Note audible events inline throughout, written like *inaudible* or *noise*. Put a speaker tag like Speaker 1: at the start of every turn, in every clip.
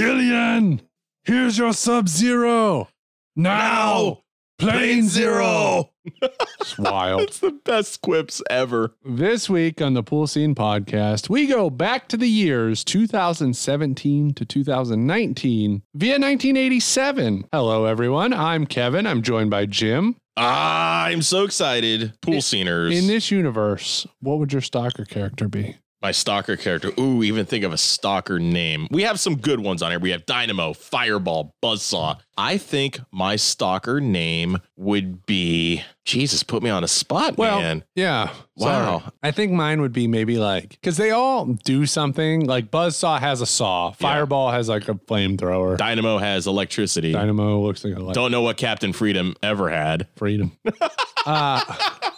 Speaker 1: man, here's your Sub Zero. Now,
Speaker 2: Now,
Speaker 1: Plane Zero.
Speaker 2: *laughs*
Speaker 1: It's wild.
Speaker 2: It's the best quips ever.
Speaker 1: This week on the Pool Scene Podcast, we go back to the years 2017 to 2019 via 1987. Hello, everyone. I'm Kevin. I'm joined by Jim.
Speaker 2: I'm so excited. Pool sceners.
Speaker 1: In this universe, what would your stalker character be?
Speaker 2: My stalker character. Ooh, even think of a stalker name. We have some good ones on here. We have Dynamo, Fireball, Buzzsaw. I think my stalker name would be Jesus, put me on a spot,
Speaker 1: Well,
Speaker 2: man.
Speaker 1: yeah.
Speaker 2: Wow.
Speaker 1: sorry. I think mine would be maybe like, because they all do something. Like Buzzsaw has a saw, Fireball has like a flamethrower,
Speaker 2: Dynamo has electricity.
Speaker 1: Dynamo looks like a light.
Speaker 2: Don't know what Captain Freedom ever had.
Speaker 1: freedom. *laughs* uh,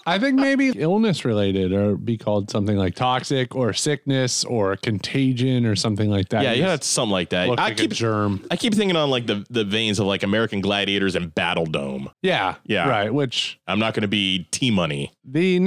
Speaker 1: I think maybe illness related or be called something like toxic or sickness or contagion or something like that.
Speaker 2: yeah,
Speaker 1: You
Speaker 2: yeah,
Speaker 1: just
Speaker 2: it's something like that.
Speaker 1: Look
Speaker 2: I
Speaker 1: like
Speaker 2: keep
Speaker 1: a germ.
Speaker 2: I keep thinking on like the, the veins of like American Gladiators and Battle Dome.
Speaker 1: Yeah.
Speaker 2: Yeah.
Speaker 1: Right. Which
Speaker 2: I'm not going to be T Money.
Speaker 1: the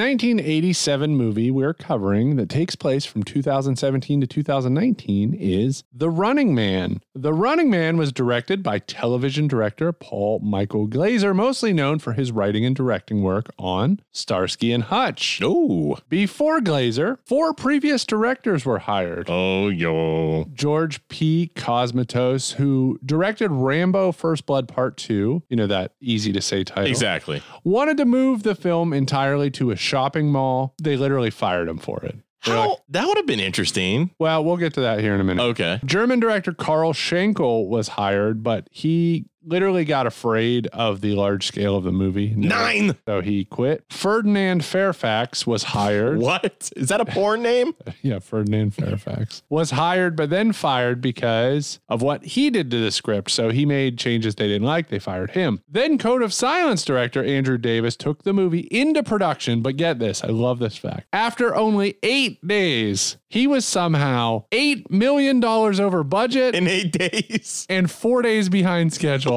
Speaker 1: 1987 movie we're covering that takes place from 2017 to 2019 is The Running Man. The Running Man was directed by television director Paul Michael Glazer, mostly known for his writing and directing work on Starsky and Hutch.
Speaker 2: No.
Speaker 1: Before Glazer, four previous directors were hired.
Speaker 2: Oh, yo.
Speaker 1: George P. Cosmatos, who directed Rambo First Blood Part 2, you know, that easy to say title,
Speaker 2: Exactly.
Speaker 1: wanted to move the film entirely to a shopping mall. They literally fired him for it. They're like,
Speaker 2: How, that would have been interesting.
Speaker 1: well, we'll get to that here in a minute.
Speaker 2: Okay.
Speaker 1: German director Carl Schenkel was hired, but he literally got afraid of the large scale of the movie. *laughs*
Speaker 2: Nine.
Speaker 1: So he quit. Ferdinand Fairfax was hired.
Speaker 2: What? Is that a porn name?
Speaker 1: Yeah, Ferdinand Fairfax was hired, but then fired because of what he did to the script. So he made changes they didn't like. They fired him. Then Code of Silence director Andrew Davis took the movie into production. But get this I love this fact. After only eight days, he was somehow $8 million over budget
Speaker 2: In eight days. *laughs*
Speaker 1: and four days behind schedule.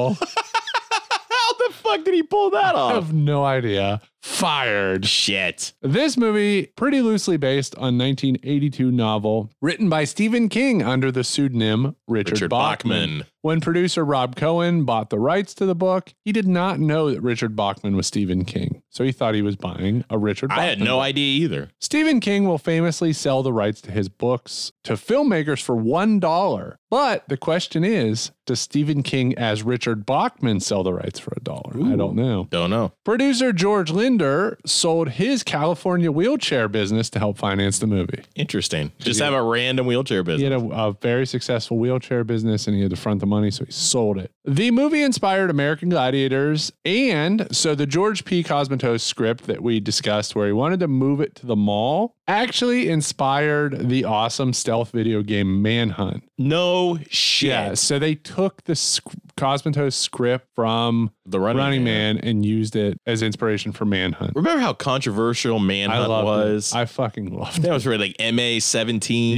Speaker 2: How the fuck did he pull that
Speaker 1: I
Speaker 2: off?
Speaker 1: have no idea. Fired.
Speaker 2: Shit.
Speaker 1: This movie, pretty loosely based on 1982 novel written by Stephen King under the pseudonym Richard,
Speaker 2: Richard
Speaker 1: Bachman.
Speaker 2: Bachman.
Speaker 1: When producer Rob Cohen bought the rights to the book, he did not know that Richard Bachman was Stephen King, so he thought he was buying a Richard. Bachman
Speaker 2: I had no
Speaker 1: book.
Speaker 2: idea either.
Speaker 1: Stephen King will famously sell the rights to his books to filmmakers for $1. But the question is, does Stephen King as Richard Bachman sell the rights for a dollar? I don't know.
Speaker 2: Don't know.
Speaker 1: Producer George Linder sold his California wheelchair business to help finance the movie.
Speaker 2: Interesting. Just have a random wheelchair
Speaker 1: He
Speaker 2: business.
Speaker 1: had a, a very successful wheelchair business and he had to front the money, so he sold it. The movie inspired American Gladiators. And so the George P. Cosmatos script that we discussed, where he wanted to move it to the mall, actually inspired the awesome stealth video game Manhunt.
Speaker 2: No shit.
Speaker 1: Yeah. So they took the sc- Cosmatos script from
Speaker 2: The running,
Speaker 1: Running Man and used it as inspiration for Manhunt.
Speaker 2: Remember how controversial
Speaker 1: I
Speaker 2: Manhunt
Speaker 1: loved it.
Speaker 2: was?
Speaker 1: I fucking loved it.
Speaker 2: that was really like MA 17.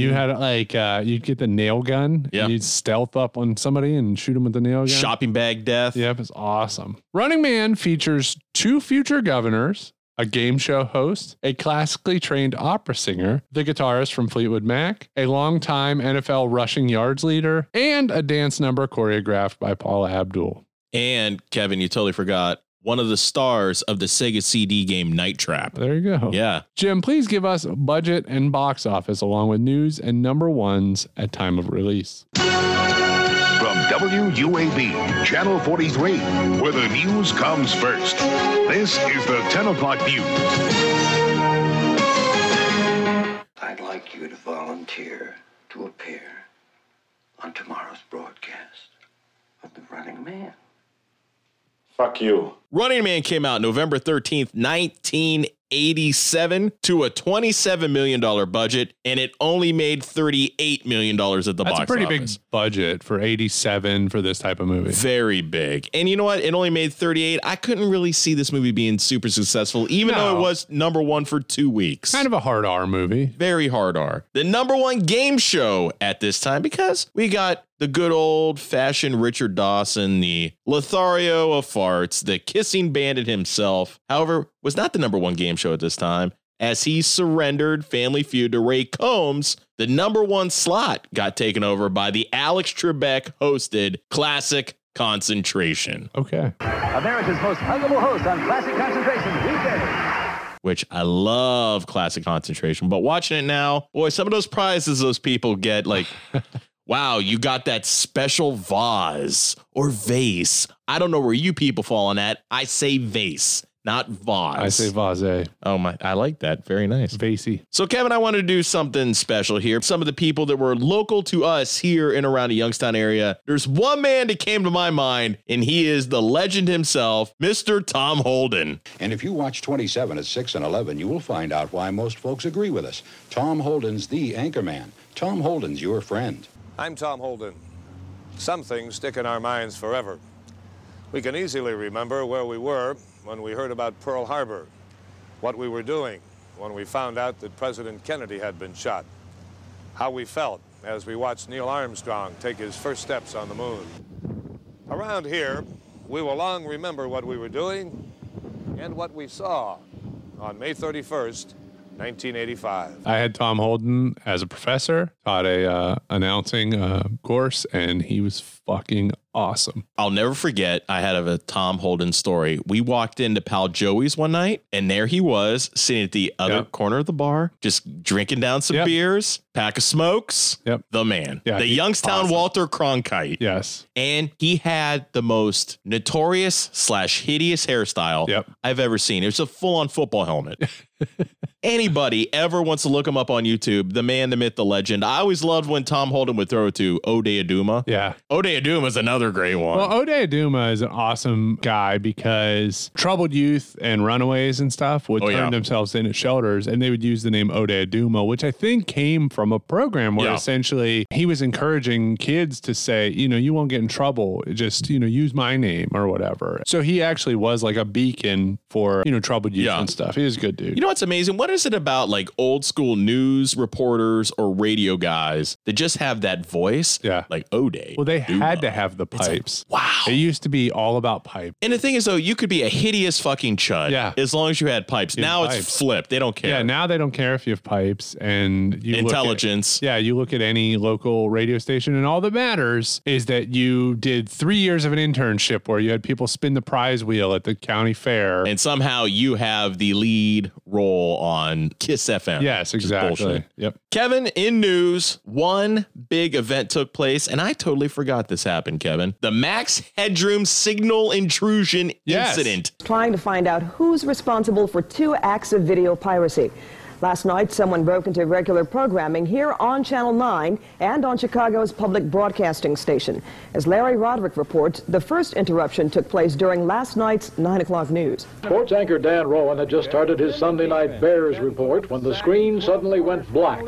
Speaker 1: *laughs* You had like uh, you'd get the nail gun.
Speaker 2: Yeah.
Speaker 1: and You'd stealth up on somebody and shoot them with the nail gun.
Speaker 2: shopping bag death.
Speaker 1: Yep, it's awesome. Running Man features two future governors, a game show host, a classically trained opera singer, the guitarist from Fleetwood Mac, a longtime NFL rushing yards leader, and a dance number choreographed by Paula Abdul.
Speaker 2: And Kevin, you totally forgot one of the stars of the Sega CD game Night Trap.
Speaker 1: There you go.
Speaker 2: Yeah.
Speaker 1: Jim, please give us budget and box office along with news and number ones at time of release.
Speaker 3: From WUAB, Channel 43, where the news comes first. This is the 10 o'clock news.
Speaker 4: I'd like you to volunteer to appear on tomorrow's broadcast of The Running Man.
Speaker 5: Fuck you.
Speaker 2: Running Man came out November 13th, 1987 to a $27 million budget, and it only made $38 million at the box
Speaker 1: That's a pretty
Speaker 2: office.
Speaker 1: big budget for 87 for this type of movie.
Speaker 2: Very big. And you know what? It only made 38. I couldn't really see this movie being super successful, even though
Speaker 1: No.
Speaker 2: it was number one for two weeks.
Speaker 1: Kind of a hard R movie.
Speaker 2: very hard R. The number one game show at this time because we got the good old fashioned Richard Dawson, the Lothario of farts, the kissing bandit himself. However, was not the number one game show at this time. as he surrendered Family Feud to Ray Combs. The number one slot got taken over by the Alex Trebek hosted Classic Concentration,
Speaker 1: Okay.
Speaker 6: America's most huggable host on Classic Concentration weekdays.
Speaker 2: which I love Classic Concentration. But watching it now, boy, some of those prizes those people get, like,
Speaker 1: *laughs*
Speaker 2: wow, you got that special vase or vase. I don't know where you people fall on that. I say vase, not vase.
Speaker 1: I say Vase.
Speaker 2: Oh my, I like that. Very nice.
Speaker 1: Vasey.
Speaker 2: So, Kevin, I wanted to do something special here. Some of the people that were local to us here in around the Youngstown area. There's one man that came to my mind, and he is the legend himself, Mr. Tom Holden.
Speaker 7: And if you watch 27 at 6 and 11, you will find out why most folks agree with us. Tom Holden's the anchorman. Tom Holden's your friend.
Speaker 8: I'm Tom Holden. Some things stick in our minds forever. We can easily remember where we were when we heard about Pearl Harbor, what we were doing when we found out that President Kennedy had been shot, how we felt as we watched Neil Armstrong take his first steps on the moon. Around here, we will long remember what we were doing and what we saw on May 31st, 1985.
Speaker 1: I had Tom Holden as a professor, taught a uh, announcing uh, course, and he was fucking awesome.
Speaker 2: I'll never forget, I had a Tom Holden story. We walked into Pal Joey's one night, and there he was sitting at the other
Speaker 1: Yep.
Speaker 2: corner of the bar, just drinking down some
Speaker 1: Yep.
Speaker 2: beers, pack of smokes.
Speaker 1: Yep.
Speaker 2: The man,
Speaker 1: Yeah,
Speaker 2: the
Speaker 1: he-
Speaker 2: Youngstown
Speaker 1: awesome.
Speaker 2: Walter Cronkite.
Speaker 1: Yes.
Speaker 2: and he had the most notorious slash hideous hairstyle
Speaker 1: Yep.
Speaker 2: I've ever seen. It was a full on
Speaker 1: *laughs*
Speaker 2: football helmet. Anybody ever wants to look him up on YouTube, the man, the myth, the legend. I always loved when Tom Holden would throw it to Ode Aduma.
Speaker 1: Yeah.
Speaker 2: Ode Aduma is another great one.
Speaker 1: Well, Ode Aduma is an awesome guy because troubled youth and runaways and stuff would
Speaker 2: Oh,
Speaker 1: turn
Speaker 2: yeah.
Speaker 1: themselves in at shelters and they would use the name Ode Aduma, which I think came from a program where
Speaker 2: Yeah.
Speaker 1: essentially he was encouraging kids to say, you know, you won't get in trouble. Just, you know, use my name or whatever. So he actually was like a beacon for, you know, troubled youth
Speaker 2: Yeah.
Speaker 1: and stuff. He was a good dude.
Speaker 2: You know what's amazing? What is it about like old school news reporters or radio guys that just have that voice?
Speaker 1: Yeah.
Speaker 2: Like oh, Ode.
Speaker 1: well, they
Speaker 2: Aduma.
Speaker 1: had to have the pipes.
Speaker 2: Wow.
Speaker 1: It used to be all about pipe.
Speaker 2: And the thing is, though, you could be a hideous fucking chud.
Speaker 1: Yeah.
Speaker 2: As long as you had pipes.
Speaker 1: You had
Speaker 2: now
Speaker 1: pipes.
Speaker 2: it's flipped. They don't care.
Speaker 1: Yeah, now they don't care if you have pipes and you look at-
Speaker 2: Intelligence.
Speaker 1: Yeah, you look at any local radio station, and all that matters is that you did three years of an internship where you had people spin the prize wheel at the county fair.
Speaker 2: And somehow you have the lead role on Kiss FM.
Speaker 1: yes,
Speaker 2: which is bullshit.
Speaker 1: exactly. Yep.
Speaker 2: Kevin, in news, one big event took place, and I totally forgot this happened, Kevin. The Max Headroom signal intrusion
Speaker 1: Yes.
Speaker 2: incident.
Speaker 9: trying to find out who's responsible for two acts of video piracy. Last night, someone broke into regular programming here on Channel 9 and on Chicago's public broadcasting station. As Larry Roderick reports, the first interruption took place during last night's 9 o'clock news.
Speaker 10: Sports anchor Dan Rowan had just started his Sunday night Bears report when the screen suddenly went black,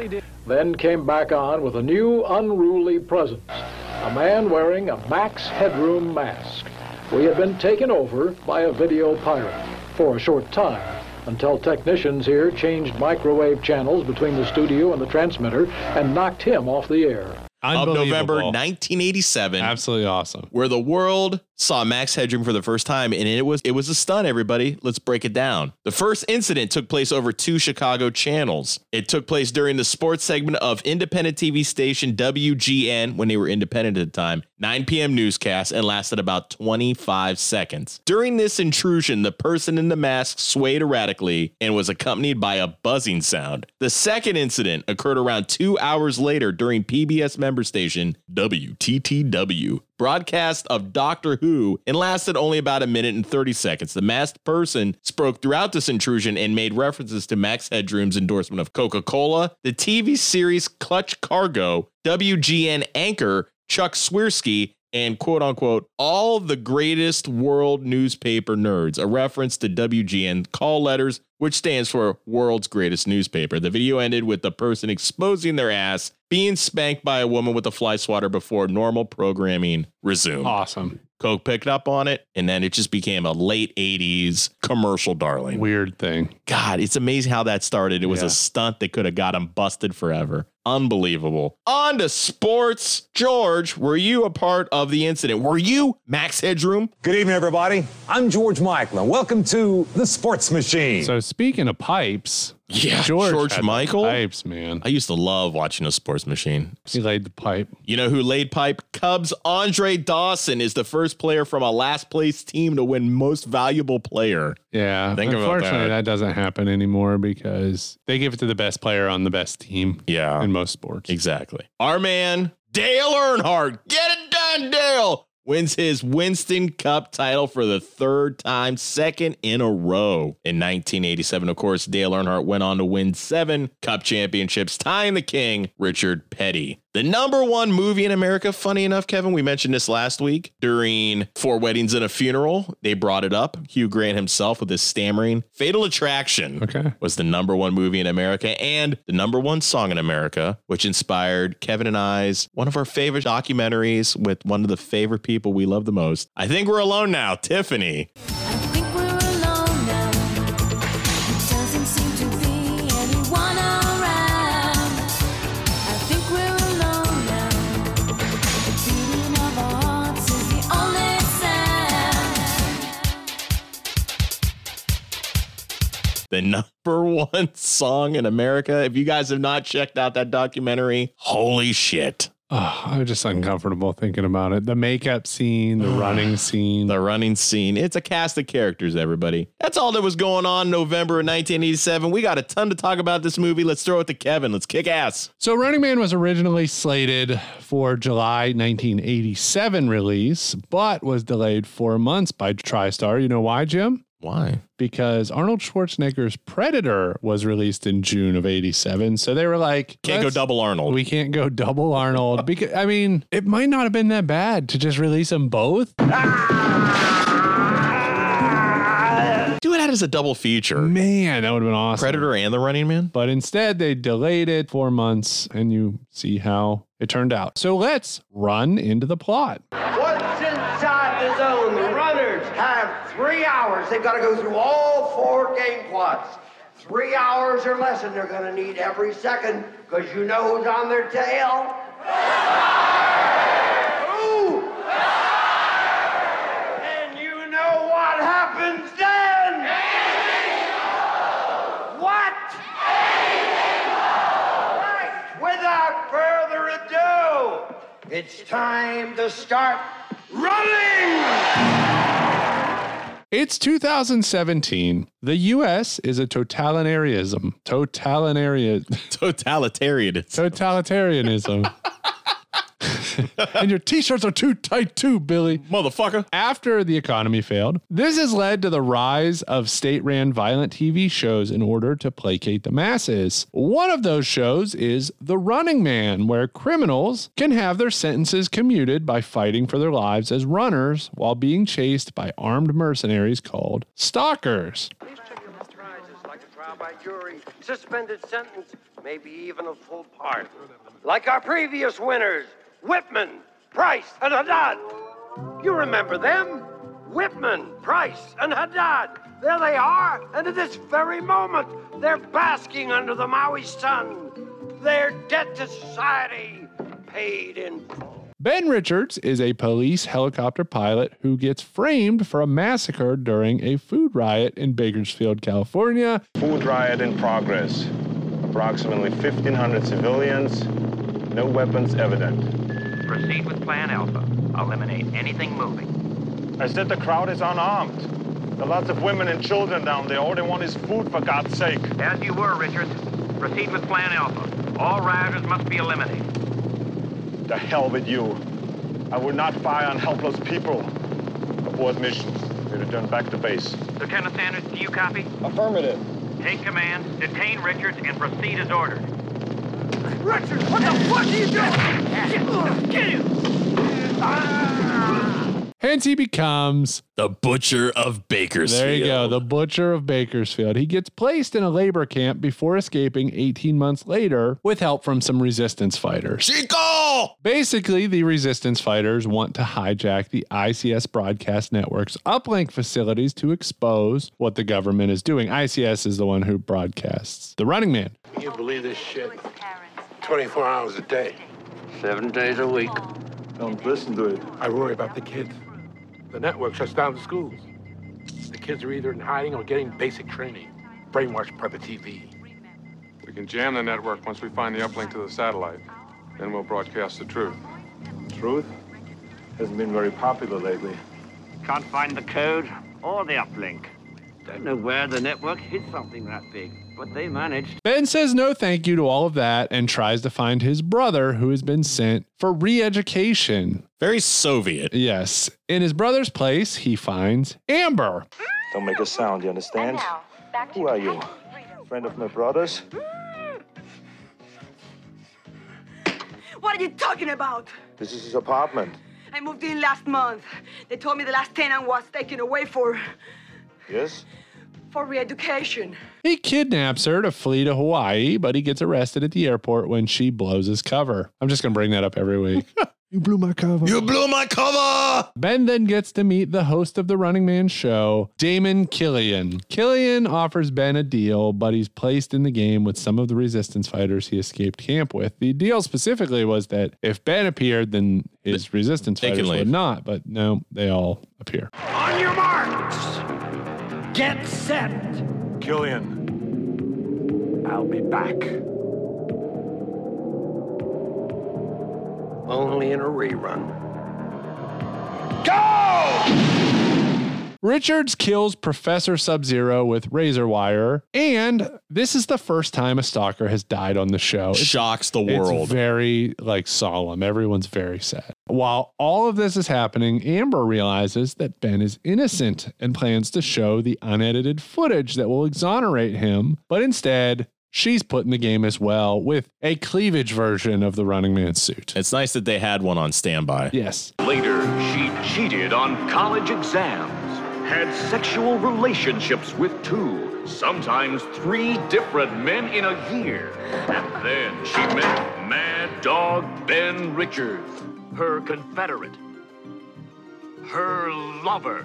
Speaker 10: then came back on with a new unruly presence a man wearing a Max Headroom mask. We had been taken over by a video pirate for a short time until technicians here changed microwave channels between the studio and the transmitter and knocked him off the air.
Speaker 2: Of November
Speaker 1: Unbelievable.
Speaker 2: 1987.
Speaker 1: Absolutely awesome.
Speaker 2: Where the world saw Max Headroom for the first time, and it was it was a stun. Everybody, let's break it down. The first incident took place over two Chicago channels. It took place during the sports segment of independent TV station WGN when they were independent at the time, 9 p.m. newscast, and lasted about 25 seconds. During this intrusion, the person in the mask swayed erratically and was accompanied by a buzzing sound. The second incident occurred around two hours later during PBS member station WTTW broadcast of Doctor Who and lasted only about a minute and 30 seconds. The masked person spoke throughout this intrusion and made references to Max Headroom's endorsement of Coca Cola, the TV series Clutch Cargo, WGN anchor Chuck Swirsky, and quote unquote, all the greatest world newspaper nerds, a reference to WGN call letters, which stands for world's greatest newspaper. The video ended with the person exposing their ass being spanked by a woman with a fly swatter before normal programming resumed.
Speaker 1: Awesome.
Speaker 2: Coke picked up on it, and then it just became a late 80s commercial darling.
Speaker 1: Weird thing.
Speaker 2: God, it's amazing how that started. It was
Speaker 1: Yeah.
Speaker 2: a stunt that could have got him busted forever. Unbelievable. On to sports. George, were you a part of the incident? Were you Max
Speaker 1: *laughs*
Speaker 2: Headroom?
Speaker 6: Good evening, everybody. I'm George Michael, and welcome to The Sports Machine.
Speaker 1: So
Speaker 2: *laughs*
Speaker 1: speaking of pipes,
Speaker 2: Yeah,
Speaker 1: George
Speaker 2: George,
Speaker 1: had
Speaker 2: Michael.
Speaker 1: pipes, man.
Speaker 2: I used to love watching a sports machine.
Speaker 1: He laid the pipe.
Speaker 2: You know who laid pipe? Cubs Andre Dawson is the first player from a last place team to win Most Valuable Player.
Speaker 1: Yeah.
Speaker 2: Think about
Speaker 1: Unfortunately,
Speaker 2: that.
Speaker 1: doesn't happen anymore because they give it to the best player on the best team
Speaker 2: Yeah,
Speaker 1: in most sports.
Speaker 2: exactly. Our man Dale Earnhardt, get it done, Dale wins his Winston Cup title for the third time, second in a row. In 1987, of course, Dale Earnhardt went on to win seven Cup championships, tying the king, Richard Petty. The number one movie in America, funny enough, Kevin, we mentioned this last week during Four Weddings and a Funeral. They brought it up. Hugh Grant himself with his stammering. Fatal Attraction
Speaker 1: Okay.
Speaker 2: was the number one movie in America and the number one song in America, which inspired Kevin and I's one of our favorite documentaries with one of the favorite people we love the most. I think we're alone now, Tiffany.
Speaker 11: I think we're alone now. It doesn't seem to be anyone around. I think we're alone now. The beating of our hearts is the only sound.
Speaker 2: The number *laughs* one song in America. If you guys have not checked out that documentary, holy shit.
Speaker 1: Oh, I'm just uncomfortable thinking about it. The makeup scene, the running scene.
Speaker 2: The running scene. It's a cast of characters, everybody. That's all that was going on November of 1987. We got a ton to talk about this movie. Let's throw it to Kevin. Let's kick ass.
Speaker 1: So, Running Man was originally slated for July 1987 release, but was delayed four months by TriStar. You know why, Jim?
Speaker 2: Why?
Speaker 1: Because Arnold Schwarzenegger's Predator was released in June of 87. So they were like,
Speaker 2: Can't go
Speaker 1: "Let's-
Speaker 2: double Arnold.
Speaker 1: We can't go double Arnold. Because, I mean, it might not have been that bad to just release them both.
Speaker 2: Do it out as a double feature.
Speaker 1: Man, that would have been awesome.
Speaker 2: Predator and the Running Man.
Speaker 1: But instead, they delayed it four months, and you see how it turned out. So let's run into the plot.
Speaker 12: Once inside the zone, the runners have three hours. They've got to go through all four game plots. Three hours or less, and they're going to need every second because you know who's on their tail. Who? And you know what happens then? What? Right. Without further ado, it's time to start running!
Speaker 1: It's 2017. The U.S. is a totalitarianism. Totalitarian.
Speaker 2: *laughs*
Speaker 1: *laughs*
Speaker 2: Totalitarian.
Speaker 1: Totalitarianism. *laughs* and your t-shirts are too tight too, Billy.
Speaker 2: Motherfucker.
Speaker 1: after the economy failed. This has led to the rise of state ran violent TV shows in order to placate the masses. One of those shows is The Running Man, where criminals can have their sentences commuted by fighting for their lives as runners while being chased by armed mercenaries called stalkers.
Speaker 12: Please check your prizes like a trial by jury, suspended sentence, maybe even a full pardon. Like our previous winners, Whitman, Price, and Haddad. You remember them? Whitman, Price, and Haddad. There they are, and at this very moment, they're basking under the Maui sun. Their debt to society paid in full.
Speaker 1: Ben Richards is a police helicopter pilot who gets framed for a massacre during a food riot in Bakersfield, California.
Speaker 5: Food riot in progress. Approximately 1,500 civilians. No weapons evident.
Speaker 13: Proceed with Plan Alpha. Eliminate anything moving.
Speaker 5: I said the crowd is unarmed. There are lots of women and children down there. All they want is food, for God's sake.
Speaker 13: As you were, Richards. Proceed with Plan Alpha. All rioters must be eliminated.
Speaker 5: The hell with you. I will not fire on helpless people. Abort mission. We return back to base.
Speaker 13: Lieutenant Sanders, do you copy?
Speaker 5: Affirmative.
Speaker 13: Take command, detain Richards, and proceed as ordered.
Speaker 12: Richard, what the fuck are you doing? Get him!
Speaker 1: Hence, he becomes
Speaker 2: The Butcher of Bakersfield.
Speaker 1: There you go. The butcher of Bakersfield. He gets placed in a labor camp before escaping 18 months later with help from some resistance fighters.
Speaker 2: Chico!
Speaker 1: Basically, the resistance fighters want to hijack the ICS broadcast network's uplink facilities to expose what the government is doing. ICS is the one who broadcasts The Running Man.
Speaker 14: Can you believe this shit? 24 hours a day. Seven days a week. Don't listen to it. I worry about the kids. The network shuts down the schools. The kids are either in hiding or getting basic training, brainwashed by the TV.
Speaker 15: We can jam the network once we find the uplink to the satellite. Then we'll broadcast the truth.
Speaker 14: Truth? Hasn't been very popular lately.
Speaker 13: Can't find the code or the uplink. Don't know where the network hid something that big, but they managed.
Speaker 1: Ben says no thank you to all of that and tries to find his brother who has been sent for re education.
Speaker 2: Very Soviet.
Speaker 1: Yes. In his brother's place, he finds Amber.
Speaker 14: Don't make a sound, you understand? Who are you? Friend of my brother's?
Speaker 16: Mm. What are you talking about?
Speaker 14: This is his apartment.
Speaker 16: I moved in last month. They told me the last tenant was taken away for
Speaker 14: Yes?
Speaker 16: for re-education.
Speaker 1: He kidnaps her to flee to Hawaii, but he gets arrested at the airport when she blows his cover. I'm just going to bring that up every
Speaker 2: *laughs*
Speaker 1: week. You blew my cover.
Speaker 2: You blew my cover.
Speaker 1: Ben then gets to meet the host of the Running Man show, Damon Killian. Killian offers Ben a deal, but he's placed in the game with some of the resistance fighters he escaped camp with. The deal specifically was that if Ben appeared, then his resistance
Speaker 2: they can
Speaker 1: fighters would
Speaker 2: leave.
Speaker 1: not, but no, they all appear.
Speaker 13: On your marks! Get set!
Speaker 14: Killian. I'll be back.
Speaker 12: Only in a rerun.
Speaker 1: Richards kills Professor Sub Zero with razor wire, and this is the first time a stalker has died on the show. It's-
Speaker 2: Shocks the
Speaker 1: it's
Speaker 2: world.
Speaker 1: very like solemn. Everyone's very sad. While all of this is happening, Amber realizes that Ben is innocent and plans to show the unedited footage that will exonerate him. But instead, she's put in the game as well with a cleavage version of the Running Man suit.
Speaker 2: It's nice that they had one on standby.
Speaker 1: Yes.
Speaker 17: Later, she cheated on college exams, had sexual relationships with two, sometimes three different men in a year. And then she met Mad Dog Ben Richards, her confederate, her lover.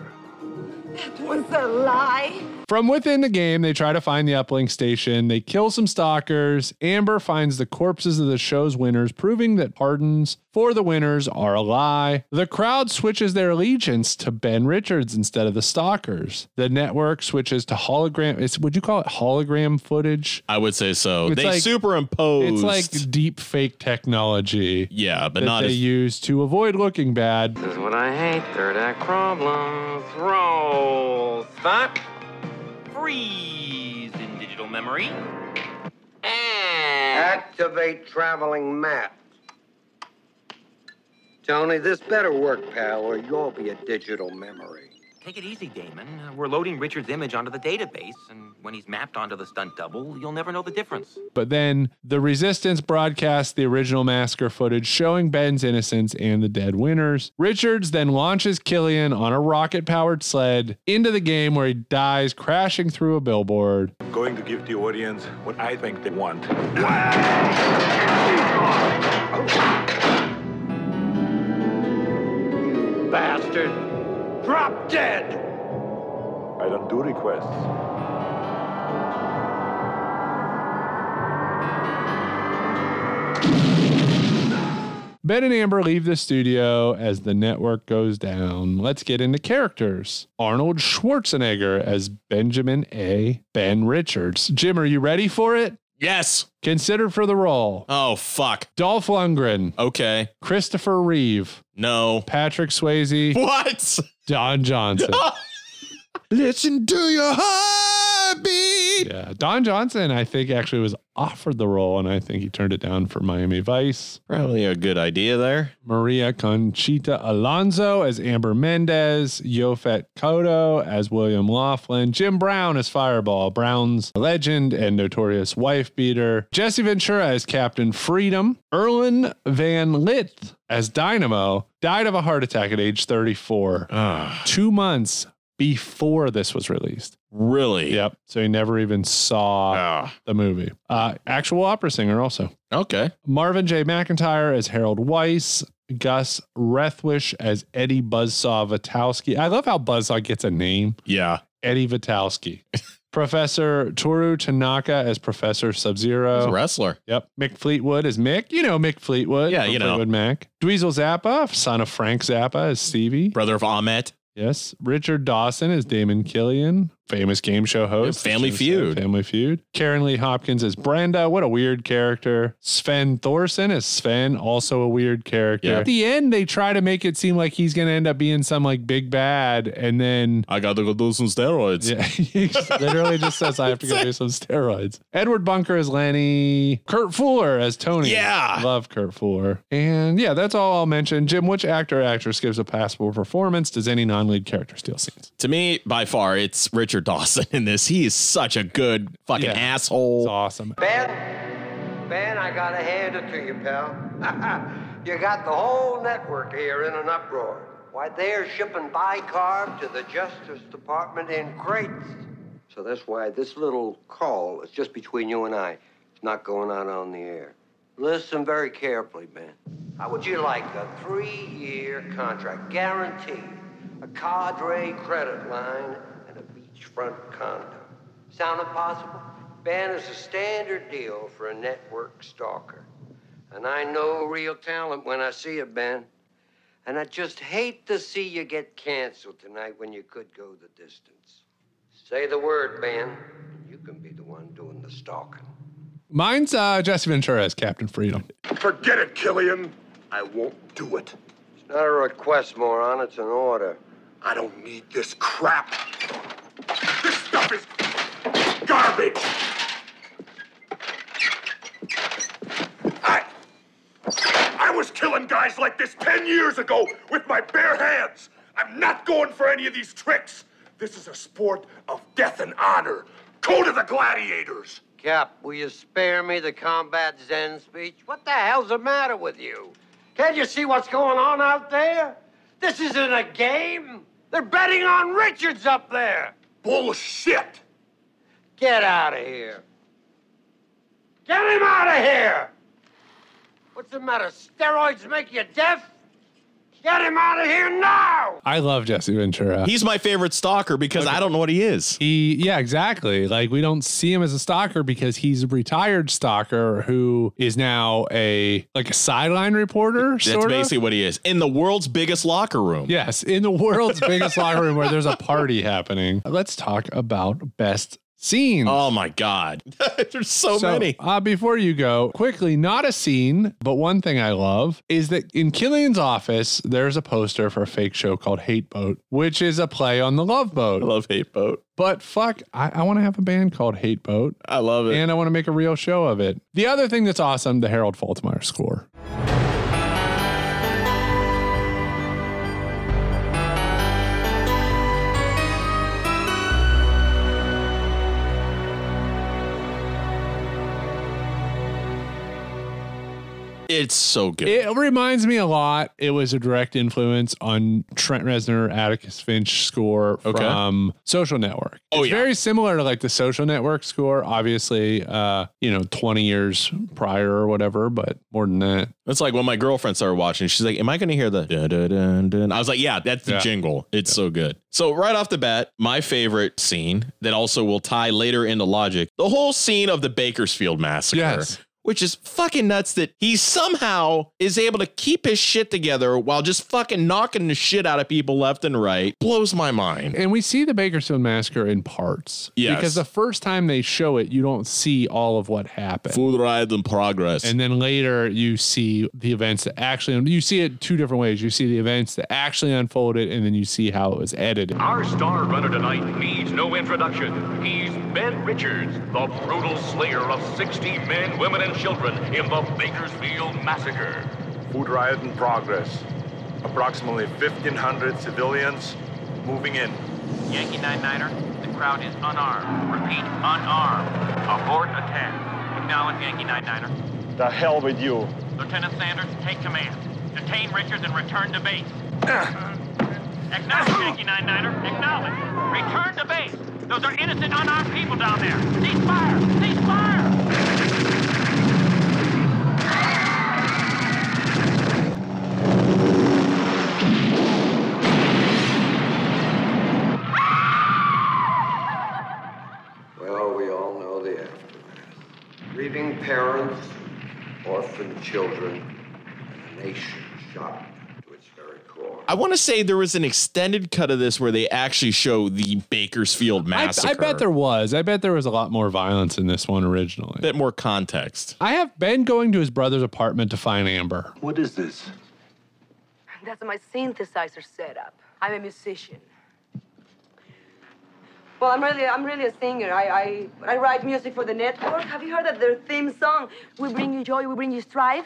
Speaker 16: That was a lie.
Speaker 1: From within the game, they try to find the uplink station. They kill some stalkers. Amber finds the corpses of the show's winners, proving that pardons for the winners are a lie. The crowd switches their allegiance to Ben Richards instead of the stalkers. The network switches to hologram. It's would you call it hologram footage?
Speaker 2: I would say so.
Speaker 1: It's
Speaker 2: they
Speaker 1: like- It's
Speaker 2: superimposed.
Speaker 1: like deep fake technology.
Speaker 2: Yeah, but
Speaker 1: that
Speaker 2: not
Speaker 1: they
Speaker 2: as-
Speaker 1: use to avoid looking bad.
Speaker 13: This is what I hate, third act problems. Roll, stop, freeze in digital memory.
Speaker 12: Activate traveling map. Tony, this better work, pal, or you'll be a digital memory.
Speaker 13: Take it easy, Damon. Uh, We're loading Richard's image onto the database, and when he's mapped onto the stunt double, you'll never know the difference.
Speaker 1: But then the resistance broadcasts the original massacre footage showing Ben's innocence and the dead winners. Richards then launches Killian on a rocket powered sled into the game where he dies crashing through a billboard.
Speaker 14: I'm going to give the audience what I think they want.
Speaker 13: Bastard! Drop dead!
Speaker 14: I don't do requests.
Speaker 1: Ben and Amber leave the studio as the network goes down. Let's get into characters. Arnold Schwarzenegger as Benjamin A. Ben Richards. Jim, are you ready for it?
Speaker 2: Yes.
Speaker 1: Considered for the role.
Speaker 2: Oh fuck.
Speaker 1: Dolph Lundgren.
Speaker 2: Okay.
Speaker 1: Christopher Reeve.
Speaker 2: No.
Speaker 1: Patrick Swayze.
Speaker 2: *laughs* What? *laughs*
Speaker 1: Don Johnson.
Speaker 2: Listen to your heartbeat.
Speaker 1: yeah. Don Johnson, I think, actually was offered the role, and I think he turned it down for Miami Vice.
Speaker 2: Probably a good idea there.
Speaker 1: Maria Conchita Alonso as Amber Mendez, Yofet Koto as William Laughlin, Jim Brown as Fireball, Brown's legend and notorious wife beater, Jesse Ventura as Captain Freedom, Erlen Van Lith as Dynamo, died of a heart attack at age 34, two months before this was released.
Speaker 2: Really? Ah.
Speaker 1: Yep. So he never even saw the movie. Uh, actual opera singer, also.
Speaker 2: Okay.
Speaker 1: Marvin J. McIntyre as Harold Weiss. Gus Rethwish as Eddie Buzzsaw Vitowski. I love how Buzzsaw gets a name.
Speaker 2: Yeah.
Speaker 1: Eddie
Speaker 2: *laughs*
Speaker 1: Vitowski. Professor Toru Tanaka as Professor Sub
Speaker 2: He's
Speaker 1: Zero.
Speaker 2: a wrestler.
Speaker 1: Yep. Mick Fleetwood as Mick. You know Mick Fleetwood.
Speaker 2: Yeah,
Speaker 1: from
Speaker 2: you know.
Speaker 1: Fleetwood Mac. Dweezil Zappa, son of Frank Zappa, as Stevie.
Speaker 2: Brother of Ahmet.
Speaker 1: Yes. Richard Dawson as Damon Killian. famous game show host. Family Feud. Family Feud. Karen Lee Hopkins as Brenda. What a weird character. Sven Thorson as Sven, also a weird character.
Speaker 2: Yeah.
Speaker 1: At the end, they try to make it seem like he's going to end up being some like big bad. And then *laughs*
Speaker 2: I got to go do some steroids.
Speaker 1: Yeah, he literally just says, I have to go do some steroids. Edward Bunker as Lenny. Kurt Fuller as Tony. Yeah. Love Kurt Fuller. And yeah, that's all I'll mention. Jim, which actor or actress gives a passable performance? Does any non lead character steal scenes?
Speaker 2: To me, by far, it's Richard Dawson in this. He is such a good fucking asshole. It's
Speaker 1: awesome.
Speaker 12: Ben, Ben, I gotta hand it to you, pal. *laughs* you got the whole network here in an uproar. Why, they're shipping bicarb to the Justice Department in crates. So that's why this little call is just between you and I. It's not going out on the air. Listen very carefully, Ben. How would you like a three-year contract, guaranteed, a cadre credit line, and a beachfront condo? Sound impossible? Ben is a standard deal for a network stalker. And I know real talent when I see it, Ben. And I just hate to see you get canceled tonight when you could go the distance. Say the word, Ben, and you can be the one doing the stalking.
Speaker 1: Mine's uh, Jesse Ventura as Captain Freedom.
Speaker 12: Forget it, Killian. I won't do it. It's not a request, moron. It's an order. I don't need this crap. This stuff is garbage.
Speaker 14: I was killing guys like this 10 years ago with my bare hands. I'm not going for any of these tricks. This is a sport of death and honor. Go to the gladiators.
Speaker 12: Cap, will you spare me the combat zen speech? What the hell's the matter with you? Can't you see what's going on out there? This isn't a game. They're betting on Richards up there. Bullshit. Get out of here. Get him out of here. What's the matter? Steroids make you deaf? Get him out of here now.
Speaker 1: I love Jesse Ventura.
Speaker 2: He's my favorite stalker because I don't know what he is.
Speaker 1: He, yeah, exactly. Like we don't see him as a stalker because he's a retired stalker who is now a like a sideline reporter.
Speaker 2: That's
Speaker 1: sort of.
Speaker 2: basically what he is in the world's biggest locker room.
Speaker 1: Yes, in the world's biggest locker room where there's a party happening. Let's talk about best scenes.
Speaker 2: Oh my god, *laughs* there's so, many.
Speaker 1: Uh, before you go, quickly, not a scene, but one thing I love is that in Killian's office, there's a poster for a fake show called Hate Boat, which is a play on the Love Boat. I
Speaker 2: love Hate Boat.
Speaker 1: But fuck, I, I want to have a band called Hate Boat.
Speaker 2: I love it.
Speaker 1: And I want to make a real show of it. The other thing that's awesome the Harold Faltmeyer score.
Speaker 2: It's so good.
Speaker 1: It reminds me a lot. It was a direct influence on Trent Reznor, Atticus Finch score
Speaker 2: Okay.
Speaker 1: from Social Network.
Speaker 2: Oh,
Speaker 1: it's
Speaker 2: yeah.
Speaker 1: very similar to like the Social Network score. Obviously, uh, you know, twenty years prior or whatever, but more than that.
Speaker 2: That's like when my girlfriend started watching. She's like, "Am I going to hear the?" Dun, dun, dun, dun? I was like, "Yeah, that's the
Speaker 1: Yeah.
Speaker 2: jingle. It's so good." So right off the bat, my favorite scene that also will tie later into Logic, the whole scene of the Bakersfield massacre.
Speaker 1: Yes.
Speaker 2: Which is fucking nuts that he somehow is able to keep his shit together while just fucking knocking the shit out of people left and right. Blows my mind.
Speaker 1: And we see the Bakersfield massacre in parts.
Speaker 2: Yes.
Speaker 1: Because the first time they show it, you don't see all of what happened.
Speaker 2: Food ride in progress.
Speaker 1: And then later you see the events that actually you see it two different ways. You see the events that actually unfolded and then you see how it was edited.
Speaker 17: Our star runner tonight needs no introduction. He's Ben Richards, the brutal slayer of 60 men, women, and children in the Bakersfield Massacre.
Speaker 14: Food riot in progress. Approximately 1,500 civilians moving in.
Speaker 18: Yankee 99er, the crowd is unarmed. Repeat, unarmed. Abort attack. Acknowledge Yankee 99er.
Speaker 5: The hell with you.
Speaker 18: Lieutenant Sanders, take command. Detain Richards and return to base.
Speaker 16: Uh.
Speaker 18: Acknowledge Yankee 99er. Acknowledge. Return to base. Those are innocent, unarmed people down there. Cease fire! Cease fire!
Speaker 4: Well, we all know the aftermath. Grieving parents, orphaned children, and a nation shocked to its very core.
Speaker 2: I want to say there was an extended cut of this where they actually show the Bakersfield
Speaker 1: I,
Speaker 2: massacre.
Speaker 1: I bet there was. I bet there was a lot more violence in this one originally.
Speaker 2: bit more context.
Speaker 1: I have been going to his brother's apartment to find Amber.
Speaker 2: What is this?
Speaker 16: That's my synthesizer setup. I'm a musician. Well, I'm really, I'm really a singer. I, I, I write music for the network. Have you heard of their theme song? We bring you joy, we bring you strife.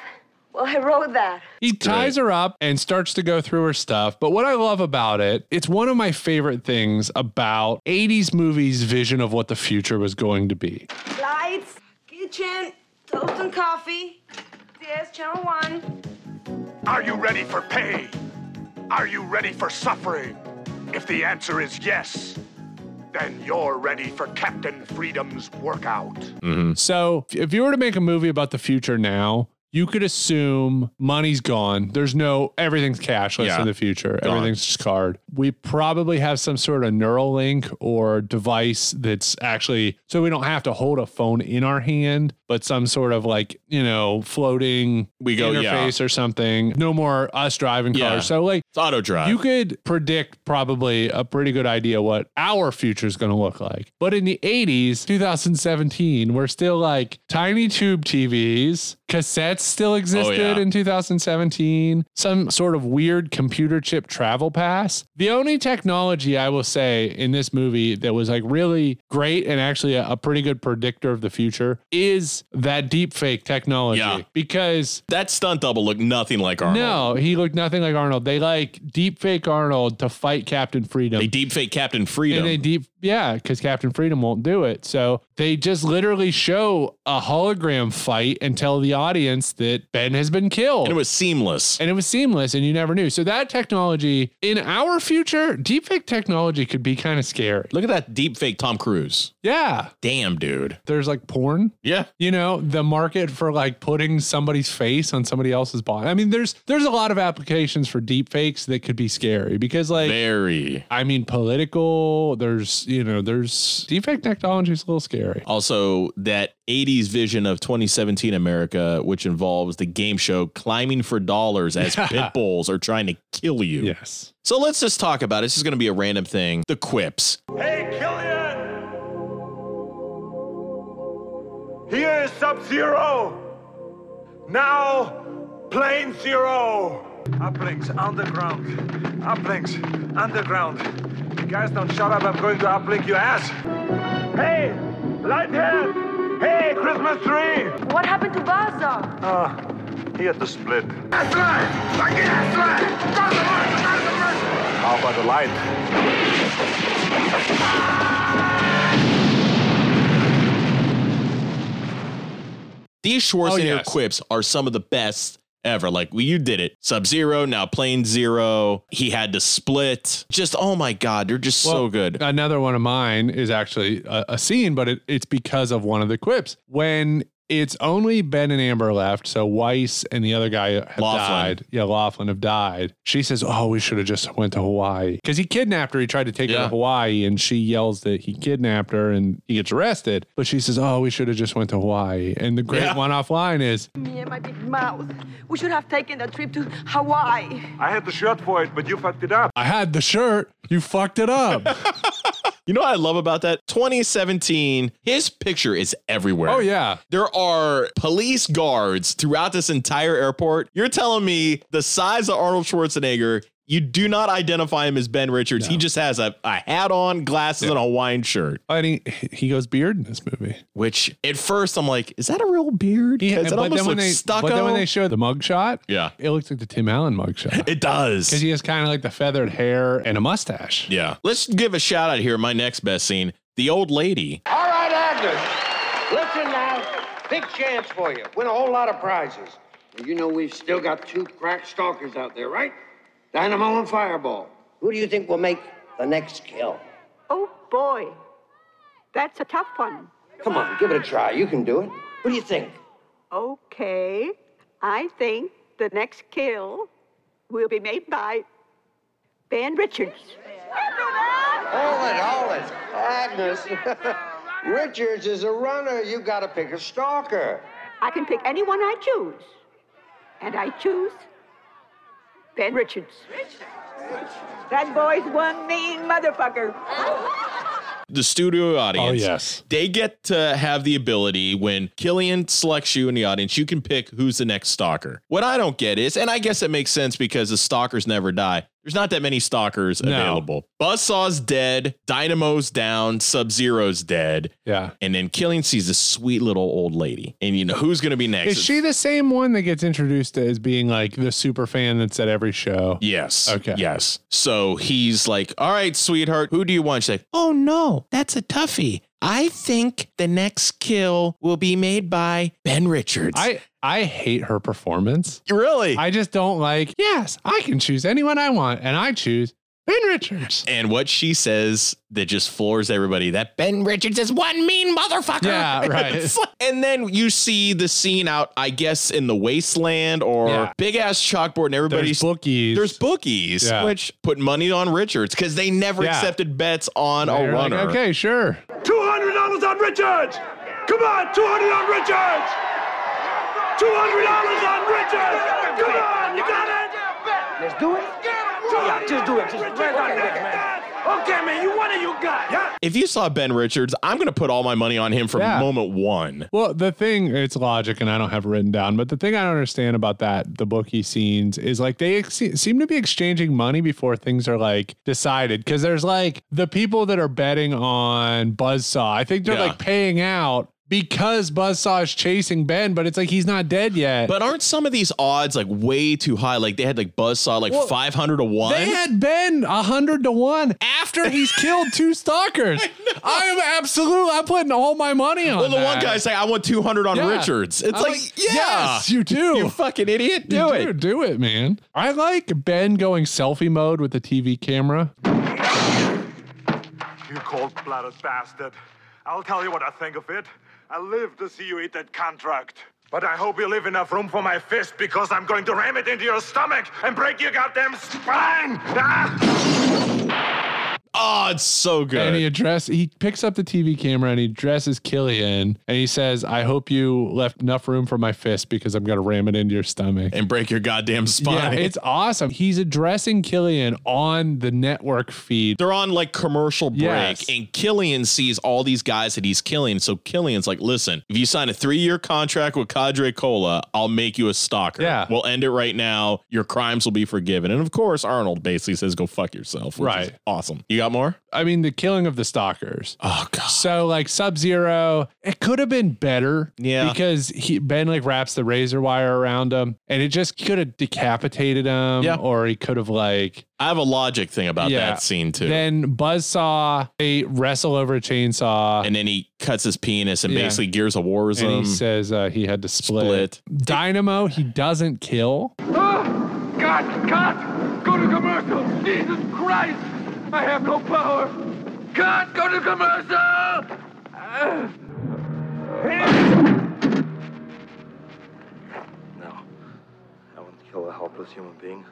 Speaker 16: Well, I wrote that.
Speaker 1: He ties her up and starts to go through her stuff. But what I love about it, it's one of my favorite things about 80s movies' vision of what the future was going to be.
Speaker 16: Lights, kitchen, toast and coffee. Yes, channel one.
Speaker 14: Are you ready for pain? Are you ready for suffering? If the answer is yes, then you're ready for Captain Freedom's workout.
Speaker 1: So if you were to make a movie about the future now, you could assume money's gone. There's no, everything's cashless
Speaker 2: Yeah.
Speaker 1: in the future.
Speaker 2: Gone.
Speaker 1: Everything's just card. We probably have some sort of neural link or device that's actually, so we don't have to hold a phone in our hand, but some sort of like, you know, floating
Speaker 2: We go, yeah.
Speaker 1: interface or something. No more us driving cars.
Speaker 2: Yeah.
Speaker 1: So like
Speaker 2: It's auto drive.
Speaker 1: you could predict probably a pretty good idea what our future is going to look like. But in the 80s, 2017, we're still like tiny tube TVs, cassettes still existed
Speaker 2: Oh, yeah.
Speaker 1: in 2017, some sort of weird computer chip travel pass. The only technology I will say in this movie that was like really great and actually a, a pretty good predictor of the future is that deep fake technology.
Speaker 2: Yeah.
Speaker 1: Because
Speaker 2: that stunt double looked nothing like Arnold.
Speaker 1: no, he looked nothing like Arnold. They like deep fake Arnold to fight Captain Freedom.
Speaker 2: They deep fake Captain Freedom.
Speaker 1: and they deep yeah, because Captain Freedom won't do it. So they just literally show a hologram fight and tell the audience that Ben has been killed.
Speaker 2: and it was seamless.
Speaker 1: And it was seamless and you never knew. So that technology in our future, deepfake technology could be kind of scary.
Speaker 2: Look at that deep fake Tom Cruise.
Speaker 1: Yeah.
Speaker 2: Damn, dude.
Speaker 1: There's like porn.
Speaker 2: Yeah.
Speaker 1: You know, the market for like putting somebody's face on somebody else's body. I mean, there's there's a lot of applications for deep fakes that could be scary because like
Speaker 2: Very.
Speaker 1: I mean political, there's you know, there's deepfake technology is a little scary.
Speaker 2: Also, that 80s vision of 2017 America, which involves the game show climbing for
Speaker 1: *laughs*
Speaker 2: dollars as pit bulls are trying to kill you.
Speaker 1: Yes.
Speaker 2: So let's just talk about it. This is going to be a random thing. The quips.
Speaker 14: Hey, Killian! Here is Sub Zero! Now, Plane Zero!
Speaker 19: Uplinks Oh, underground. Uplinks underground. You guys don't shut up, I'm going to uplink your ass.
Speaker 14: Hey, Lighthead! Hey, Christmas tree!
Speaker 16: What happened to Baza?
Speaker 19: Ah, he had to split.
Speaker 14: That's right! Like it, that's right! Cross the line, cross the line.
Speaker 19: How about the light?
Speaker 2: These Schwarzenegger
Speaker 1: Oh, yes.
Speaker 2: quips are some of the best ever. Like well, you did it. Sub Zero, now Plane Zero. He had to split. Just oh my god, they're just so
Speaker 1: Well,
Speaker 2: good.
Speaker 1: Another one of mine is actually a, a scene, but it, it's because of one of the quips. When it's only Ben and Amber left, so Weiss and the other guy have
Speaker 2: Laughlin.
Speaker 1: died. Yeah, Laughlin have died. She says, "Oh, we should have just went to Hawaii because he kidnapped her. He tried to take her
Speaker 2: Yeah.
Speaker 1: to Hawaii, and she yells that he kidnapped her, and he gets arrested. But she says, "Oh, we should have just went to Hawaii." And the great
Speaker 2: Yeah.
Speaker 1: one-off line is,
Speaker 16: Me and my big mouth. We should have taken a trip to Hawaii.
Speaker 19: I had the shirt for it, but you fucked it up.
Speaker 1: "I had the shirt. You fucked it
Speaker 2: *laughs*
Speaker 1: up."
Speaker 2: You know what I love about that? 2017, his picture is everywhere.
Speaker 1: oh yeah.
Speaker 2: There are police guards throughout this entire airport. You're telling me the size of Arnold Schwarzenegger, you do not identify him as Ben Richards. He just has a, a hat on, glasses, and a Hawaiian shirt.
Speaker 1: And he he goes beard in this movie.
Speaker 2: Which at first I'm like, is that a real beard?
Speaker 1: Yeah,
Speaker 2: 'Cause it almost
Speaker 1: when
Speaker 2: looks
Speaker 1: they,
Speaker 2: stucco.
Speaker 1: but then when they show the mugshot,
Speaker 2: yeah,
Speaker 1: it looks like the Tim Allen mugshot
Speaker 2: it does.
Speaker 1: because he has kind of like the feathered hair and a mustache.
Speaker 2: Yeah. Let's give a shout out here. My next best scene the old lady.
Speaker 12: All right, Agnes. Listen now. Big chance for you. Win a whole lot of prizes. And you know we've still got two crack stalkers out there, right? Dynamo and Fireball. Who do you think will make the next kill?
Speaker 16: Oh boy, that's a tough one.
Speaker 12: Come on, give it a try. You can do it. Who do you think?
Speaker 16: Okay, I think the next kill will be made by Ben Richards.
Speaker 12: Hold it, hold it. Agnes. *laughs* Richards is a runner. You gotta pick a stalker.
Speaker 16: I can pick anyone I choose, and I choose
Speaker 20: Ben Richards. That boy's one mean motherfucker.
Speaker 2: the studio audience.
Speaker 1: Oh, yes.
Speaker 2: They get to have the ability when Killian selects you in the audience, you can pick who's the next stalker. What I don't get is, and I guess it makes sense because the stalkers never die. There's not that many stalkers
Speaker 1: No.
Speaker 2: available. Buzzsaw's dead, Dynamo's down, Sub Zero's dead.
Speaker 1: Yeah.
Speaker 2: And then Killian sees this sweet little old lady. And you know who's gonna be next?
Speaker 1: Is she the same one that gets introduced as being like the super fan that's at every show?
Speaker 2: Yes.
Speaker 1: Okay.
Speaker 2: Yes. So he's like, All right, sweetheart, who do you want? She's like, Oh no, that's a toughie. I think the next kill will be made by Ben Richards.
Speaker 1: I I hate her performance.
Speaker 2: Really?
Speaker 1: I just don't like. Yes, I can choose anyone I want, and I choose Ben Richards.
Speaker 2: And what she says that just floors everybody that Ben Richards is one mean motherfucker. *laughs*
Speaker 1: Yeah, right.
Speaker 2: It's like- and then you see the scene out, I guess, in the wasteland or
Speaker 1: Yeah.
Speaker 2: big ass chalkboard, and everybody's
Speaker 1: There's bookies.
Speaker 2: There's bookies,
Speaker 1: Yeah.
Speaker 2: which put money on Richards because they never
Speaker 1: Yeah.
Speaker 2: accepted bets on
Speaker 1: They're
Speaker 2: a
Speaker 1: like,
Speaker 2: runner.
Speaker 1: okay, sure.
Speaker 14: $200 on Richards! Come on, $200 on Richards! $200 on Richards! Come on, you got it!
Speaker 12: Let's do it. Yeah, just do it. Just right on the neck, man. Okay, man, you one of you got. Yeah.
Speaker 2: If you saw Ben Richards, I'm going to put all my money on him from
Speaker 1: Yeah.
Speaker 2: moment one.
Speaker 1: Well, the thing, it's logic, and I don't have it written down, but the thing I don't understand about that, the bookie scenes, is like they ex- seem to be exchanging money before things are like decided. Cause there's like the people that are betting on Buzzsaw, I think they're
Speaker 2: Yeah.
Speaker 1: like paying out because Buzzsaw is chasing Ben, but it's like he's not dead yet.
Speaker 2: But aren't some of these odds like way too high? Like they had like Buzzsaw like
Speaker 1: Well,
Speaker 2: 500 to 1.
Speaker 1: They had Ben hundred to one after he's killed
Speaker 2: *laughs*
Speaker 1: two stalkers. I am absolutely. I'm putting all my money on.
Speaker 2: well, the one
Speaker 1: that.
Speaker 2: guy's like, I want 200 on
Speaker 1: Yeah.
Speaker 2: Richards. It's
Speaker 1: I'm
Speaker 2: like, yeah.
Speaker 1: yes,
Speaker 2: *laughs*
Speaker 1: you do.
Speaker 2: You fucking idiot. Do
Speaker 1: You
Speaker 2: it.
Speaker 1: do, do it, man. I like Ben going selfie mode with the TV camera.
Speaker 19: You cold-blooded bastard. I'll tell you what I think of it. I live to see you eat that contract. But I hope you leave enough room for my fist because I'm going to ram it into your stomach and break your goddamn spine!
Speaker 2: Oh, it's so good.
Speaker 1: And he address he picks up the TV camera and he addresses Killian and he says, "I hope you left enough room for my fist because I'm gonna ram it into your stomach."
Speaker 2: and break your goddamn
Speaker 1: Yeah,
Speaker 2: spine.
Speaker 1: it's awesome. He's addressing Killian on the network feed.
Speaker 2: They're on like commercial break,
Speaker 1: Yes.
Speaker 2: and Killian sees all these guys that he's killing. So Killian's like, listen, if you sign a three year contract with Cadre Cola, I'll make you a stalker.
Speaker 1: Yeah.
Speaker 2: We'll end it right now. Your crimes will be forgiven. And of course, Arnold basically says, go fuck yourself. which is
Speaker 1: Right.
Speaker 2: awesome. You got more?
Speaker 1: I mean, the killing of the stalkers.
Speaker 2: Oh, God.
Speaker 1: So like Sub Zero, it could have been better.
Speaker 2: Yeah.
Speaker 1: Because he Ben like wraps the razor wire around him and it just could have decapitated him.
Speaker 2: Yeah.
Speaker 1: Or he could have like
Speaker 2: I have a logic thing about
Speaker 1: Yeah.
Speaker 2: that scene too.
Speaker 1: then Buzzsaw, they wrestle over a chainsaw.
Speaker 2: and then he cuts his penis and
Speaker 1: Yeah.
Speaker 2: basically gears of war is
Speaker 1: And he
Speaker 2: him.
Speaker 1: says uh, he had to split.
Speaker 2: Split.
Speaker 1: Dynamo, he doesn't kill.
Speaker 14: Cut! Cut! Go to commercial! Jesus Christ! I have no power! Cut! Go to commercial!
Speaker 4: No. I won't kill a helpless human being.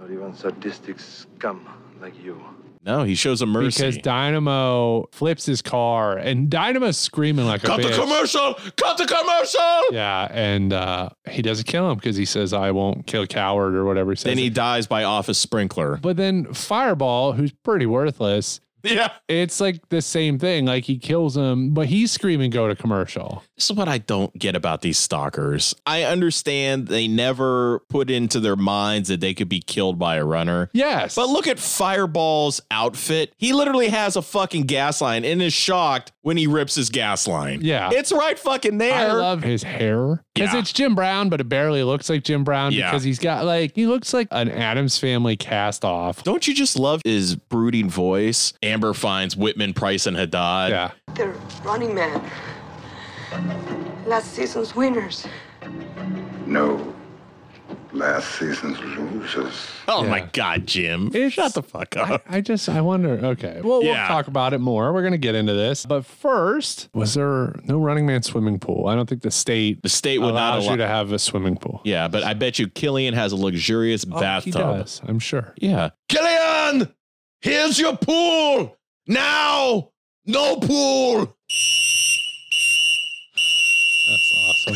Speaker 4: Not even sadistic scum like you.
Speaker 2: No, he shows him mercy.
Speaker 1: Because Dynamo flips his car and Dynamo's screaming like
Speaker 2: Cut
Speaker 1: a
Speaker 2: the
Speaker 1: bitch.
Speaker 2: commercial! Cut the commercial!
Speaker 1: Yeah, and uh, he doesn't kill him because he says, "I won't kill coward" or whatever he says.
Speaker 2: Then he dies by office sprinkler.
Speaker 1: but then Fireball, who's pretty worthless,
Speaker 2: Yeah.
Speaker 1: it's like the same thing. Like he kills him, but he's screaming, "Go to commercial."
Speaker 2: This is what I don't get about these stalkers. I understand they never put into their minds that they could be killed by a runner.
Speaker 1: Yes,
Speaker 2: But look at Fireball's outfit. He literally has a fucking gas line and is shocked when he rips his gas line.
Speaker 1: Yeah.
Speaker 2: It's right fucking there.
Speaker 1: I love his hair because
Speaker 2: Yeah.
Speaker 1: it's Jim Brown, but it barely looks like Jim Brown
Speaker 2: Yeah.
Speaker 1: because he's got like he looks like an Adams Family cast off.
Speaker 2: don't you just love his brooding voice? Amber finds Whitman, Price, and Haddad.
Speaker 1: Yeah.
Speaker 16: They're running man. Last season's winners.
Speaker 4: No. Last season's losers.
Speaker 2: Oh
Speaker 1: Yeah.
Speaker 2: my God, Jim. Shut the fuck up.
Speaker 1: I just I wonder. Okay, well we'll
Speaker 2: Yeah.
Speaker 1: talk about it more. We're gonna get into this, but first, was there no Running Man swimming pool? I don't think the state
Speaker 2: the state would not
Speaker 1: allows
Speaker 2: allow
Speaker 1: you to have a swimming pool.
Speaker 2: Yeah, but I bet you Killian has a luxurious
Speaker 1: Oh, He
Speaker 2: bathtub.
Speaker 1: does, I'm sure.
Speaker 2: Yeah. Killian, here's your pool. Now, no pool.
Speaker 1: That's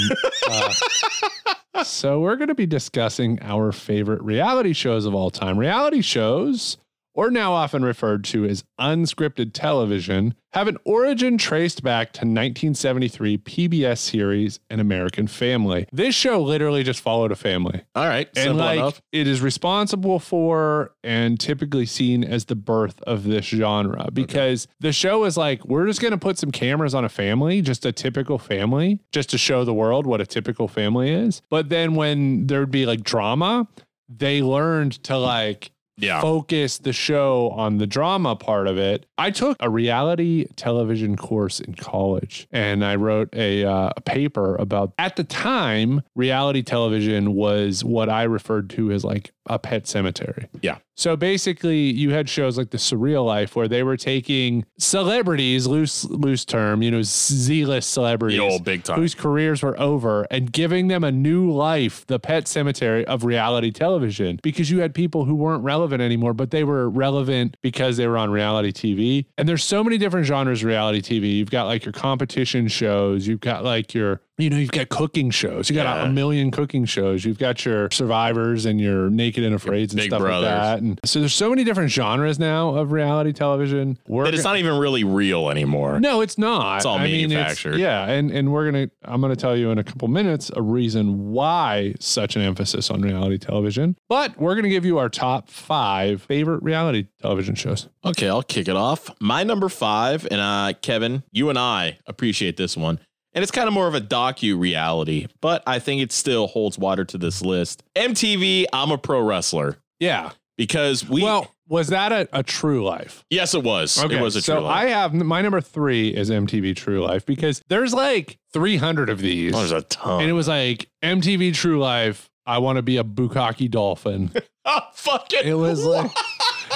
Speaker 1: awesome. Uh, *laughs* so we're going to be discussing our favorite reality shows of all time. Reality shows, or now often referred to as unscripted television, have an origin traced back to 1973 PBS series An American Family. This show literally just followed a family.
Speaker 2: All right,
Speaker 1: and
Speaker 2: simple
Speaker 1: like
Speaker 2: enough.
Speaker 1: it is responsible for and typically seen as the birth of this genre because the show is like we're just going to put some cameras on a family, just a typical family, just to show the world what a typical family is. But then when there'd be like drama, they learned to like
Speaker 2: Yeah.
Speaker 1: focus the show on the drama part of it. I took a reality television course in college and I wrote a, uh, a paper about, at the time, reality television was what I referred to as like a pet cemetery.
Speaker 2: Yeah.
Speaker 1: So basically, you had shows like The Surreal Life where they were taking celebrities, loose loose term, you know, Z-list celebrities,
Speaker 2: The old big time.
Speaker 1: whose careers were over, and giving them a new life, the pet cemetery of reality television, because you had people who weren't relevant anymore, but they were relevant because they were on reality TV. And there's so many different genres of reality TV. You've got like your competition shows, you've got like your you know, you've got cooking shows. You got a- a million cooking shows. You've got your survivors and your naked and afraid and
Speaker 2: Big
Speaker 1: stuff
Speaker 2: Brothers.
Speaker 1: like that. And so there's so many different genres now of reality television. We're
Speaker 2: That it's not even really real anymore.
Speaker 1: no, it's not.
Speaker 2: It's all
Speaker 1: mean,
Speaker 2: manufactured.
Speaker 1: yeah, and and we're gonna I'm gonna tell you in a couple minutes a reason why such an emphasis on reality television. But we're gonna give you our top five favorite reality television shows.
Speaker 2: Okay, I'll kick it off. My number five, and uh, Kevin, you and I appreciate this one. And it's kind of more of a docu reality, but I think it still holds water to this list. MTV, I'm a pro wrestler.
Speaker 1: Yeah.
Speaker 2: Because we.
Speaker 1: Well, was that a, a true life?
Speaker 2: yes, it was.
Speaker 1: Okay,
Speaker 2: it was a
Speaker 1: so
Speaker 2: true life.
Speaker 1: I have my number three is MTV True Life because there's like 300 of these.
Speaker 2: Oh, there's a ton.
Speaker 1: And it was like MTV True Life. I want to be a bukkake dolphin.
Speaker 2: oh, *laughs* fuck it.
Speaker 1: It was like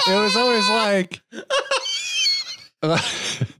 Speaker 1: it was always like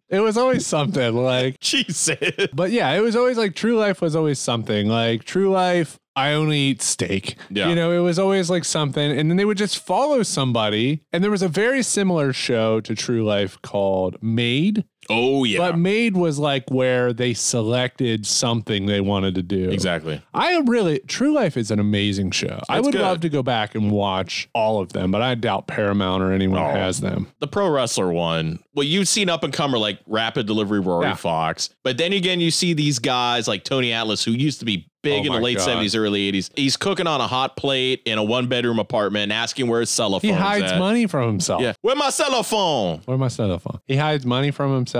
Speaker 1: it was always something like
Speaker 2: Jesus.
Speaker 1: But yeah, it was always like True Life was always something like True Life. I only eat steak.
Speaker 2: Yeah.
Speaker 1: You know, it was always like something. And then they would just follow somebody. And there was a very similar show to True Life called Made.
Speaker 2: Oh, yeah.
Speaker 1: But Made was like where they selected something they wanted to do.
Speaker 2: exactly.
Speaker 1: I really True Life is an amazing show. I
Speaker 2: It's
Speaker 1: would
Speaker 2: good.
Speaker 1: love to go back and watch all of them, but I doubt Paramount or anyone
Speaker 2: Oh,
Speaker 1: has them.
Speaker 2: The pro wrestler one. Well, you've seen up and comer like Rapid Delivery Rory
Speaker 1: Yeah.
Speaker 2: Fox. But then again, you see these guys like Tony Atlas, who used to be big
Speaker 1: Oh
Speaker 2: in the
Speaker 1: my
Speaker 2: late
Speaker 1: God.
Speaker 2: 70s, early 80s. He's cooking on a hot plate in a one bedroom apartment, asking where his cell phone
Speaker 1: He hides
Speaker 2: at.
Speaker 1: money from himself.
Speaker 2: Yeah. Where my cell phone?
Speaker 1: Where my cell phone? He hides money from himself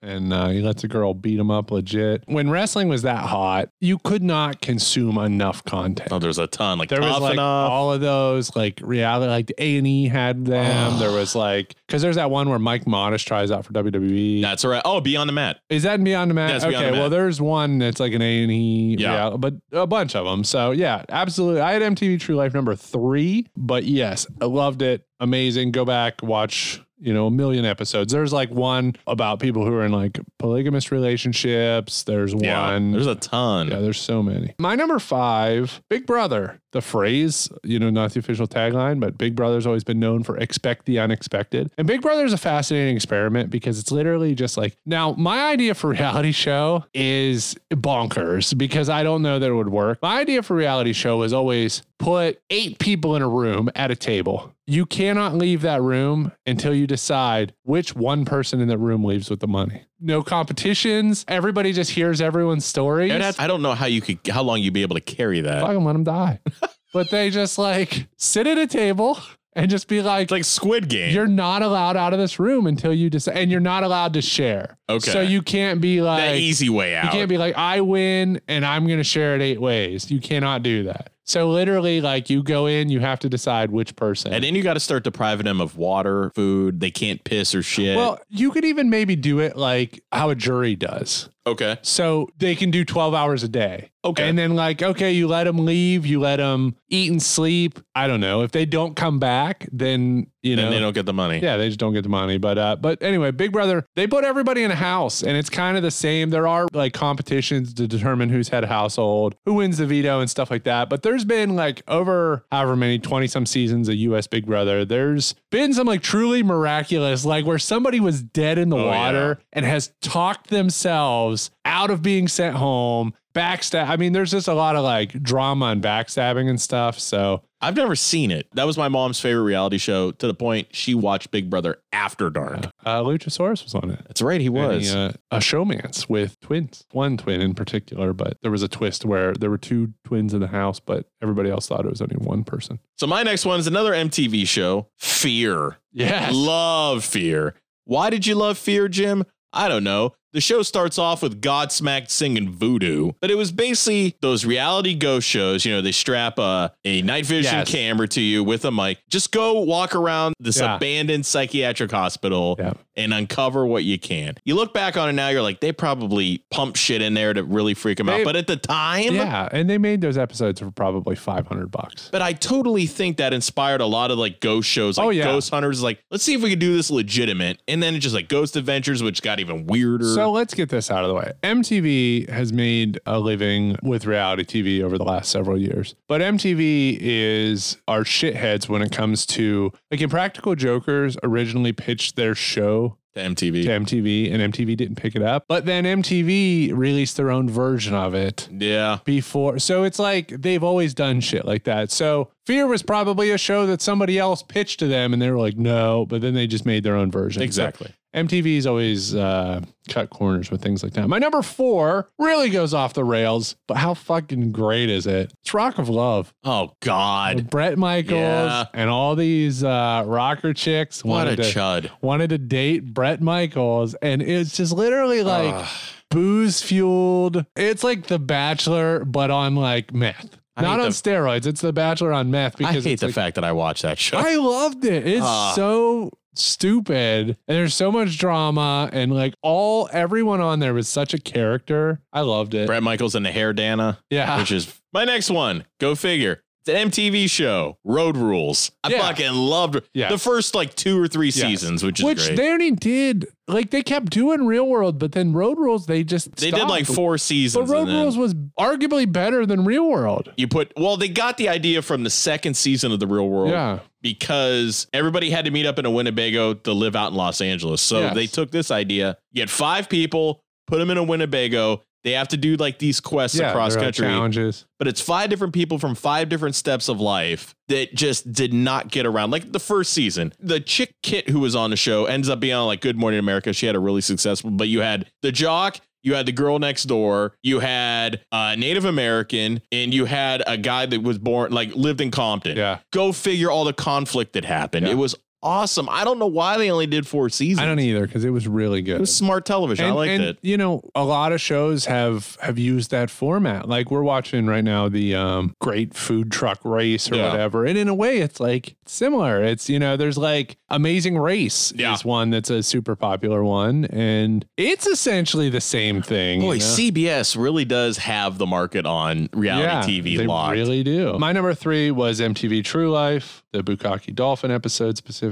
Speaker 1: and uh, he lets a girl beat him up legit. When wrestling was that hot, you could not consume enough content.
Speaker 2: Oh, there's a ton. Like
Speaker 1: There was
Speaker 2: Tough
Speaker 1: like
Speaker 2: Enough.
Speaker 1: all of those like reality, like A and E had them.
Speaker 2: *sighs*
Speaker 1: there was like because there's that one where Mike Modish tries out for E. WWE.
Speaker 2: That's all right. Oh, Beyond the Mat.
Speaker 1: Is that in Beyond the Mat?
Speaker 2: That's
Speaker 1: okay,
Speaker 2: Beyond the
Speaker 1: well,
Speaker 2: Mat.
Speaker 1: there's one that's like an A and E,
Speaker 2: Yeah.
Speaker 1: but a bunch of them. So yeah, absolutely. I had MTV True Life number three, but yes, I loved it. Amazing. Go back, watch. You know, a million episodes. There's like one about people who are in like polygamous relationships. There's one.
Speaker 2: There's a ton.
Speaker 1: Yeah, there's so many. My number five, Big Brother. The phrase, you know, not the official tagline, but Big Brother's always been known for expect the unexpected. And Big Brother's a fascinating experiment because it's literally just like, now, my idea for reality show is bonkers because I don't know that it would work. My idea for reality show was always put eight people in a room at a table. You cannot leave that room until you decide which one person in that room leaves with the money. No competitions. Everybody just hears everyone's stories.
Speaker 2: It'd have- I don't know how you could, how long you'd be able to carry that.
Speaker 1: Fuck 'em, let them
Speaker 2: *laughs*
Speaker 1: die. but they just like sit at a table and just be like,
Speaker 2: like Squid Game.
Speaker 1: you're not allowed out of this room until you decide, and you're not allowed to share.
Speaker 2: Okay.
Speaker 1: So you can't be like,
Speaker 2: the easy way out.
Speaker 1: you can't be like, I win and I'm going to share it eight ways. You cannot do that. So literally, like, you go in, you have to decide which person.
Speaker 2: and then you got to start depriving them of water, food. They can't piss or shit.
Speaker 1: well, you could even maybe do it like how a jury does.
Speaker 2: okay.
Speaker 1: So they can do 12 hours a day.
Speaker 2: Okay.
Speaker 1: And then, like, okay, you let them leave, you let them eat and sleep. I don't know. If they don't come back, then, you
Speaker 2: Then
Speaker 1: know,
Speaker 2: they don't get the money.
Speaker 1: yeah, they just don't get the money. But, uh, but anyway, Big Brother, they put everybody in a house and it's kind of the same. There are like competitions to determine who's head of household, who wins the veto and stuff like that. But there's been like over however many 20 some seasons of US Big Brother, there's been some like truly miraculous, like where somebody was dead in the
Speaker 2: Oh,
Speaker 1: water and has talked themselves out of being sent home backstab. I mean, there's just a lot of like drama and backstabbing and stuff. So
Speaker 2: I've never seen it. That was my mom's favorite reality show to the point she watched Big Brother after dark.
Speaker 1: uh, Luchasaurus was on it.
Speaker 2: That's right, he was.
Speaker 1: he, uh, a showman's with twins, one twin in particular, but there was a twist where there were two twins in the house, but everybody else thought it was only one person.
Speaker 2: So my next one is another MTV show, Fear.
Speaker 1: Yes.
Speaker 2: Love Fear. Why did you love Fear, Jim? I don't know. The show starts off with Godsmack singing voodoo, but it was basically those reality ghost shows. You know, they strap a, a night vision
Speaker 1: Yes.
Speaker 2: camera to you with a mic. Just go walk around this
Speaker 1: Yeah.
Speaker 2: abandoned psychiatric hospital and uncover what you can. You look back on it now, you're like, they probably pump shit in there to really freak them out.
Speaker 1: They-
Speaker 2: But at the time,
Speaker 1: Yeah, and they made those episodes for probably 500 bucks.
Speaker 2: but I totally think that inspired a lot of like ghost shows, like
Speaker 1: Oh, yeah.
Speaker 2: Ghost Hunters. Like, let's see if we can do this legitimate, and then it just like Ghost Adventures, which got even weirder.
Speaker 1: So let's get this out of the way. MTV has made a living with reality TV over the last several years, but MTV is our shitheads when it comes to like Impractical Jokers originally pitched their show
Speaker 2: to MTV.
Speaker 1: To MTV, and MTV didn't pick it up. But then MTV released their own version of it.
Speaker 2: Yeah.
Speaker 1: Before. So it's like they've always done shit like that. So Fear was probably a show that somebody else pitched to them and they were like, no, but then they just made their own version. So
Speaker 2: Exactly.
Speaker 1: MTV's always uh, cut corners with things like that. My number four really goes off the rails, but how fucking great is it? It's Rock of Love.
Speaker 2: Oh God,
Speaker 1: Brett Michaels
Speaker 2: Yeah.
Speaker 1: and all these uh, rocker chicks
Speaker 2: What a
Speaker 1: wanted to,
Speaker 2: chud.
Speaker 1: wanted to date Brett Michaels, and it's just literally like booze fueled. It's like The Bachelor, but on like meth.
Speaker 2: I
Speaker 1: Not
Speaker 2: hate
Speaker 1: on
Speaker 2: the-
Speaker 1: steroids. It's The Bachelor on meth
Speaker 2: I
Speaker 1: because
Speaker 2: hate
Speaker 1: it's
Speaker 2: the
Speaker 1: like-
Speaker 2: fact that I watched that show.
Speaker 1: I loved it. It's
Speaker 2: Ah.
Speaker 1: so stupid. And there's so much drama and like all everyone on there was such a character. I loved it.
Speaker 2: *laughs* Brett Michaels and the Hair Dana.
Speaker 1: Yeah.
Speaker 2: Which is my next one. Go figure. It's an MTV show, Road Rules. I
Speaker 1: Yeah.
Speaker 2: fucking loved
Speaker 1: Yes.
Speaker 2: the first like two or three seasons, which is
Speaker 1: Which
Speaker 2: great.
Speaker 1: they only did like they kept doing Real World, but then Road Rules they just
Speaker 2: They did like
Speaker 1: stopped.
Speaker 2: four seasons.
Speaker 1: But Road
Speaker 2: and then-
Speaker 1: Rules was arguably better than Real World.
Speaker 2: You put well, they got the idea from the second season of the Real World,
Speaker 1: Yeah.
Speaker 2: because everybody had to meet up in a Winnebago to live out in Los Angeles. So
Speaker 1: Yes.
Speaker 2: they took this idea, get five people, put them in a Winnebago. They have to do like these quests
Speaker 1: Yeah,
Speaker 2: across
Speaker 1: there are
Speaker 2: country,
Speaker 1: challenges.
Speaker 2: but it's five different people from five different steps of life that just did not get around. Like the first season, the chick Kit who was on the show ends up being on like Good Morning America. She had a really successful, but you had the jock, you had the girl next door, you had a Native American, and you had a guy that was born like lived in Compton. Yeah, go figure all the conflict that happened. It was awesome. I don't know why they only did four seasons.
Speaker 1: I don't either because it was really good.
Speaker 2: It was smart television. I liked it.
Speaker 1: You know, a lot of shows have have used that format. Like we're watching right now the um, Great Food Truck Race or
Speaker 2: Yeah.
Speaker 1: whatever, and in a way, it's like similar. It's you know, there's like Amazing Race is one that's a super popular one, and it's essentially the same thing. you
Speaker 2: Boy,
Speaker 1: know?
Speaker 2: CBS really does have the market on reality TV
Speaker 1: They
Speaker 2: locked.
Speaker 1: really do. My number three was MTV True Life, the Bukaki Dolphin episode specifically.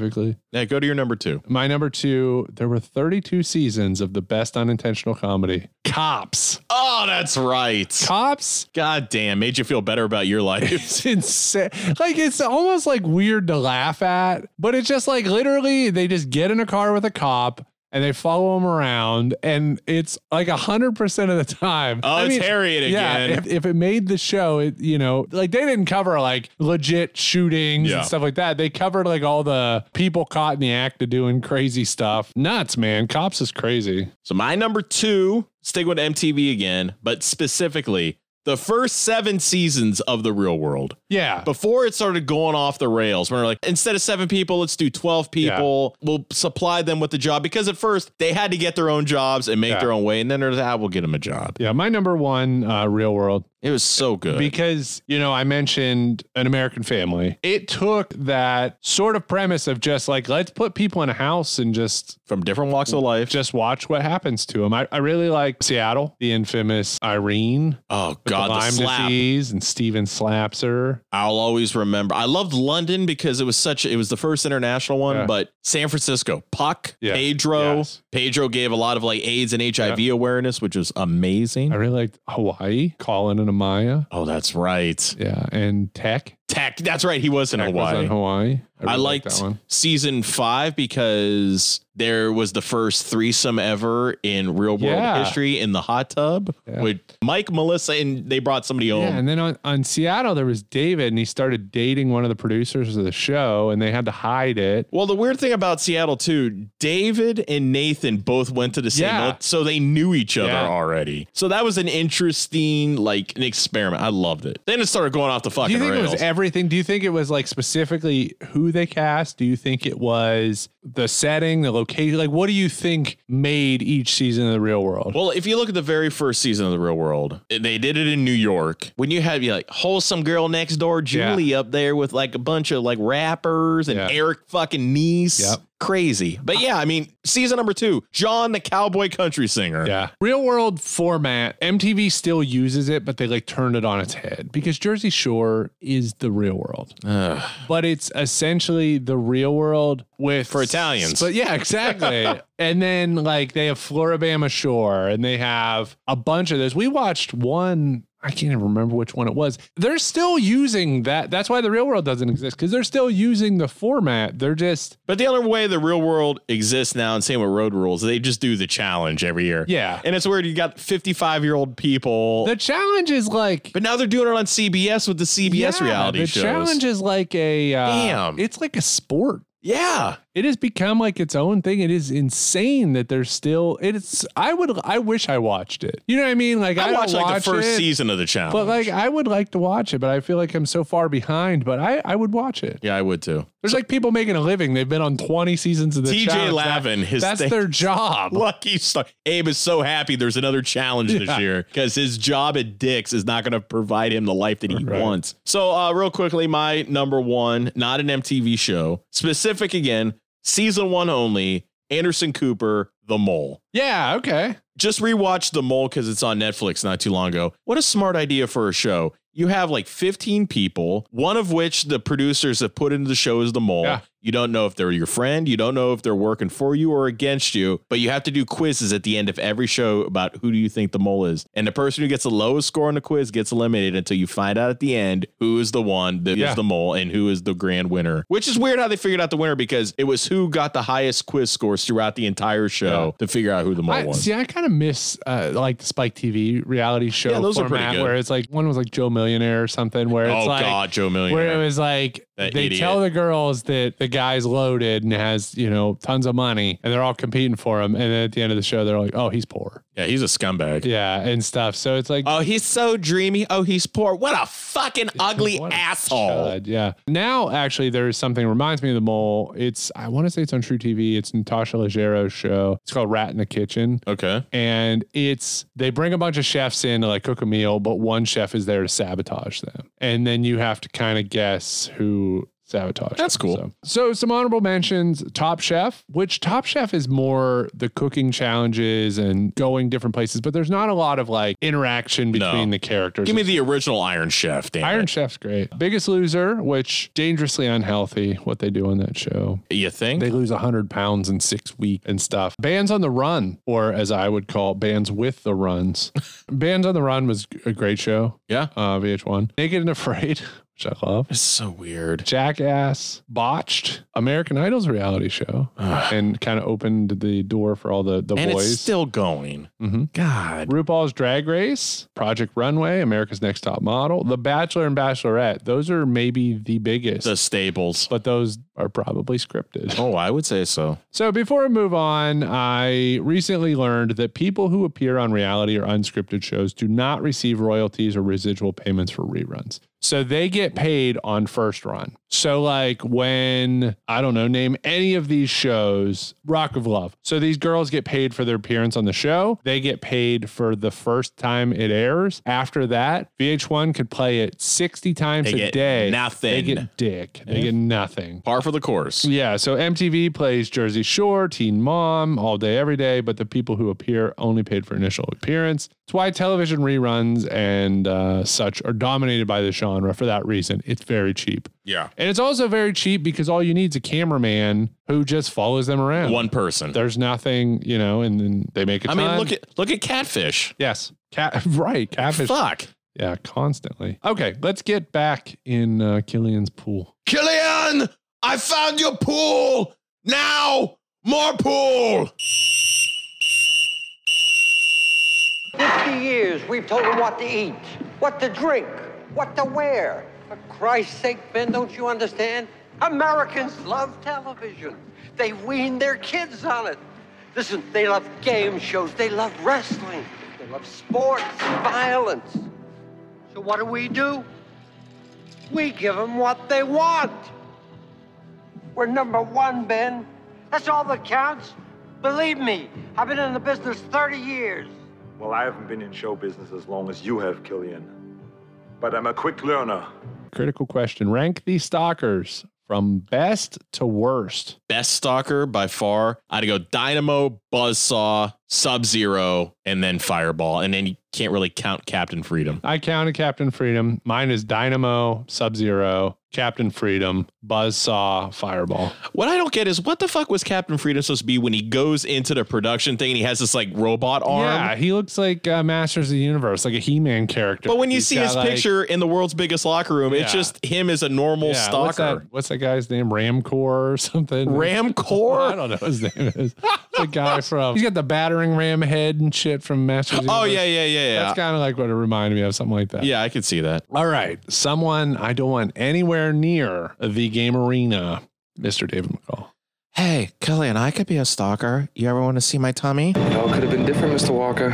Speaker 2: Yeah, go to your number two.
Speaker 1: My number two, there were 32 seasons of the best unintentional comedy. Cops.
Speaker 2: Oh, that's right.
Speaker 1: Cops.
Speaker 2: God damn, made you feel better about your
Speaker 1: *laughs*
Speaker 2: life.
Speaker 1: It's insane. Like it's almost like weird to laugh at, but it's just like literally they just get in a car with a cop and they follow him around, and it's like hundred percent of the time.
Speaker 2: Oh, it's Harriet again.
Speaker 1: if, if it made the show, it you know, like they didn't cover like legit shootings
Speaker 2: Yeah.
Speaker 1: and stuff like that. They covered like all the people caught in the act of doing crazy stuff. Nuts, man. Cops is crazy.
Speaker 2: so my number two, stick with MTV again, but specifically the first seven seasons of The Real World.
Speaker 1: Yeah.
Speaker 2: Before it started going off the rails, when we're like, instead of seven people, let's do 12 people. We'll supply them with the job because at first they had to get their own jobs and make
Speaker 1: Yeah.
Speaker 2: their own way. And then there's, ah, we'll get them a job.
Speaker 1: Yeah, my number one, uh, Real World.
Speaker 2: It was so good.
Speaker 1: Because, you know, I mentioned an American family. It took that sort of premise of just like, let's put people in a house and just
Speaker 2: from different walks of life,
Speaker 1: just watch what happens to them. I, I really like Seattle, the infamous Irene.
Speaker 2: Oh,
Speaker 1: with
Speaker 2: God, the
Speaker 1: the Lyme
Speaker 2: slap.
Speaker 1: disease and Steven slaps her.
Speaker 2: I'll always remember. I loved London because it was such. It was the first international one,
Speaker 1: Yeah.
Speaker 2: but San Francisco, Puck, Pedro. Pedro gave a lot of like AIDS and HIV awareness, which was amazing.
Speaker 1: I really liked Hawaii, Colin and Amaya.
Speaker 2: Oh, that's right.
Speaker 1: Yeah, and Tech.
Speaker 2: Tech. That's right. He was in
Speaker 1: Tech was
Speaker 2: Hawaii.
Speaker 1: on Hawaii. I
Speaker 2: I,
Speaker 1: really liked
Speaker 2: liked
Speaker 1: that one.
Speaker 2: season five because there was the first threesome ever in real world
Speaker 1: Yeah.
Speaker 2: history in the hot tub with Mike, Melissa, and they brought somebody home.
Speaker 1: Yeah, and then on, on Seattle there was David, and he started dating one of the producers of the show, and they had to hide it.
Speaker 2: Well, the weird thing about Seattle too, David and Nathan both went to the same,
Speaker 1: Yeah.
Speaker 2: mil- so they knew each other
Speaker 1: Yeah.
Speaker 2: already. So that was an interesting, like an experiment. I loved it. Then it started going off the
Speaker 1: Do
Speaker 2: fucking
Speaker 1: you think
Speaker 2: rails.
Speaker 1: it was everything? Do you think it was like specifically who they cast? Do you think it was the setting, the location? Like, what do you think made each season of the Real World?
Speaker 2: well, if you look at the very first season of The Real World, they did it in New York. When you have you like wholesome girl next door, Julie up there with like a bunch of like rappers and Eric fucking Nice. Crazy. But yeah, I mean, season number two, John the cowboy country singer.
Speaker 1: Yeah. Real world format, MTV still uses it, but they like turned it on its head because Jersey Shore is the real world. But it's essentially the real world with for
Speaker 2: Italians.
Speaker 1: But yeah, exactly. and then like they have Floribama Shore and they have a bunch of those. We watched one. I can't even remember which one it was. They're still using that. That's why the real world doesn't exist because they're still using the format. They're just
Speaker 2: But the other way the real world exists now, and same with road rules, they just do the challenge every year.
Speaker 1: Yeah.
Speaker 2: And it's weird. You got 55 year old people.
Speaker 1: The challenge is like.
Speaker 2: But now they're doing it on CBS with the CBS reality
Speaker 1: the
Speaker 2: shows.
Speaker 1: challenge is like a uh,
Speaker 2: Damn.
Speaker 1: It's like a sport.
Speaker 2: Yeah,
Speaker 1: it has become like its own thing. It is insane that there's still. It's. I would. I wish I watched it. You know what I mean? Like I,
Speaker 2: I,
Speaker 1: don't
Speaker 2: watched like
Speaker 1: watch
Speaker 2: the first
Speaker 1: it,
Speaker 2: season of the challenge.
Speaker 1: But like I would like to watch it, but I feel like I'm so far behind. But I I would watch it.
Speaker 2: yeah, I would too.
Speaker 1: There's like people making a living. They've been on 20 seasons of the
Speaker 2: TJ
Speaker 1: challenge.
Speaker 2: Lavin,
Speaker 1: That-
Speaker 2: his
Speaker 1: that's
Speaker 2: thing-
Speaker 1: their job.
Speaker 2: Lucky star. Abe is so happy there's another challenge
Speaker 1: Yeah.
Speaker 2: this year because his job at Dick's is not going to provide him the life that he wants. So, uh, real quickly, my number one, not an MTV show, specific again, season one only, Anderson Cooper, The Mole.
Speaker 1: Yeah, okay.
Speaker 2: Just rewatched The Mole because it's on Netflix not too long ago. What a smart idea for a show. You have like 15 people, one of which the producers have put into the show is The Mole. You don't know if they're your friend. You don't know if they're working for you or against you, but you have to do quizzes at the end of every show about who do you think the mole is. And the person who gets the lowest score on the quiz gets eliminated until you find out at the end who is the one that is
Speaker 1: Yeah.
Speaker 2: the mole and who is the grand winner. Which is weird how they figured out the winner because it was who got the highest quiz scores throughout the entire show to figure out who the mole
Speaker 1: I,
Speaker 2: was.
Speaker 1: see, I kind of miss uh, like the Spike TV reality show
Speaker 2: Yeah, those are pretty
Speaker 1: format
Speaker 2: good.
Speaker 1: where it's like one was like Joe Millionaire or something where it's
Speaker 2: Oh,
Speaker 1: like
Speaker 2: God, Joe Millionaire.
Speaker 1: where it was like
Speaker 2: That
Speaker 1: they
Speaker 2: idiot.
Speaker 1: tell the girls that the guy's loaded and has you know tons of money and they're all competing for him and then at the end of the show they're like oh he's poor
Speaker 2: yeah, he's a scumbag.
Speaker 1: yeah and stuff so it's like
Speaker 2: Oh, he's so dreamy. Oh, he's poor. What a fucking ugly asshole.
Speaker 1: God, yeah. Now, actually, there is something reminds me of the mole. It's I want to say it's on True TV. It's Natasha Leggero's show. It's called Rat in the Kitchen.
Speaker 2: Okay.
Speaker 1: And it's they bring a bunch of chefs in to like cook a meal, but one chef is there to sabotage them, and then you have to kind of guess who sabotage. That's cool. So. so some honorable mentions: Top Chef, which Top Chef is more the cooking challenges and going different places, but there's not a lot of like interaction between the characters.
Speaker 2: Give me the original Iron Chef, damn
Speaker 1: Iron Chef's great. Biggest Loser, which dangerously unhealthy, what they do on that show.
Speaker 2: You think?
Speaker 1: They lose 100 pounds in six weeks and stuff. Bands on the Run, or as I would call it, Bands with the Runs. *laughs* Bands on the Run was a great show.
Speaker 2: Yeah.
Speaker 1: Uh, VH1. Naked and Afraid, *laughs* which I love.
Speaker 2: It's so weird.
Speaker 1: Jackass, Botched, American Idol's reality show, and kind of opened the door for all the, the
Speaker 2: and
Speaker 1: boys. Mm-hmm.
Speaker 2: it's still going. God.
Speaker 1: RuPaul's Drag Race, Project Runway, America's Next Top Model, The Bachelor and Bachelorette. Those are maybe the biggest.
Speaker 2: The staples.
Speaker 1: But those are probably scripted.
Speaker 2: Oh, I would say so.
Speaker 1: So before I move on, I recently learned that people who appear on reality or unscripted shows do not receive royalties or residual payments for reruns. So they get paid on first run. So like when I don't know, name any of these shows, Rock of Love. So these girls get paid for their appearance on the show. They get paid for the first time it airs. After that, VH1 could play it 60 times
Speaker 2: They
Speaker 1: a
Speaker 2: get
Speaker 1: day.
Speaker 2: nothing.
Speaker 1: They get dick. They get nothing.
Speaker 2: Par for the course.
Speaker 1: Yeah, so MTV plays Jersey Shore, Teen Mom, all day, every day, but the people who appear only paid for initial appearance. It's why television reruns and uh, such are dominated by the genre for that reason. It's very cheap.
Speaker 2: Yeah.
Speaker 1: And it's also very cheap because all you need is a cameraman who just follows them around.
Speaker 2: One person.
Speaker 1: There's nothing, you know, and then they make a
Speaker 2: I mean,
Speaker 1: ton.
Speaker 2: look at look at catfish.
Speaker 1: Yes. Cat *laughs* right, catfish.
Speaker 2: Fuck.
Speaker 1: Yeah, constantly. Okay, let's get back in uh, Killian's pool.
Speaker 2: Killian, I found your pool. Now, more pool.
Speaker 12: 50 years we've told them what to eat, what to drink, what to wear. For Christ's sake, Ben, don't you understand? Americans love television. They wean their kids on it. Listen, they love game shows, they love wrestling, they love sports, violence. So what do we do? We give them what they want. We're number one, Ben. That's all that counts. Believe me, I've been in the business 30 years.
Speaker 19: Well, I haven't been in show business as long as you have, Killian. But I'm a quick learner.
Speaker 1: Critical question. Rank these stalkers from best to worst.
Speaker 2: Best stalker by far. I'd go Dynamo, Buzzsaw, Sub Zero, and then Fireball. And then you can't really count Captain Freedom.
Speaker 1: I counted Captain Freedom. Mine is Dynamo, Sub Zero, Captain Freedom, Buzzsaw, Fireball.
Speaker 2: What I don't get is what the fuck was Captain Freedom supposed to be when he goes into the production thing and he has this like robot arm?
Speaker 1: Yeah, he looks like uh, Masters of the Universe, like a He Man character.
Speaker 2: But when you
Speaker 1: He's
Speaker 2: see
Speaker 1: got,
Speaker 2: his
Speaker 1: like-
Speaker 2: picture in the world's biggest locker room, it's
Speaker 1: Yeah.
Speaker 2: just him as a normal
Speaker 1: Yeah,
Speaker 2: stalker.
Speaker 1: What's that, what's that guy's name? Ramcor or something?
Speaker 2: Ramcor?
Speaker 1: *laughs* I don't know what his name is. the guy from. He's got the battering ram head and shit from Masters of the
Speaker 2: Oh,
Speaker 1: Universe.
Speaker 2: yeah, yeah, yeah, yeah.
Speaker 1: That's kind of like what it reminded me of, something like that.
Speaker 2: yeah, I could see that.
Speaker 1: All right. Someone I don't want anywhere near the game arena, Mr. David McCall.
Speaker 2: Hey, Kelly, and I could be a stalker. You ever want to see my tummy?
Speaker 21: It all could have been different, Mr. Walker.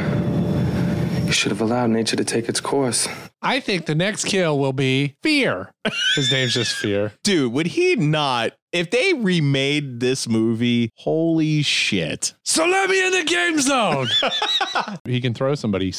Speaker 21: You should have allowed nature to take its course.
Speaker 1: I think the next kill will be Fear. *laughs* His name's just Fear.
Speaker 2: Dude, would he not? If they remade this movie, holy shit.
Speaker 1: So let me in the game zone. he can throw somebody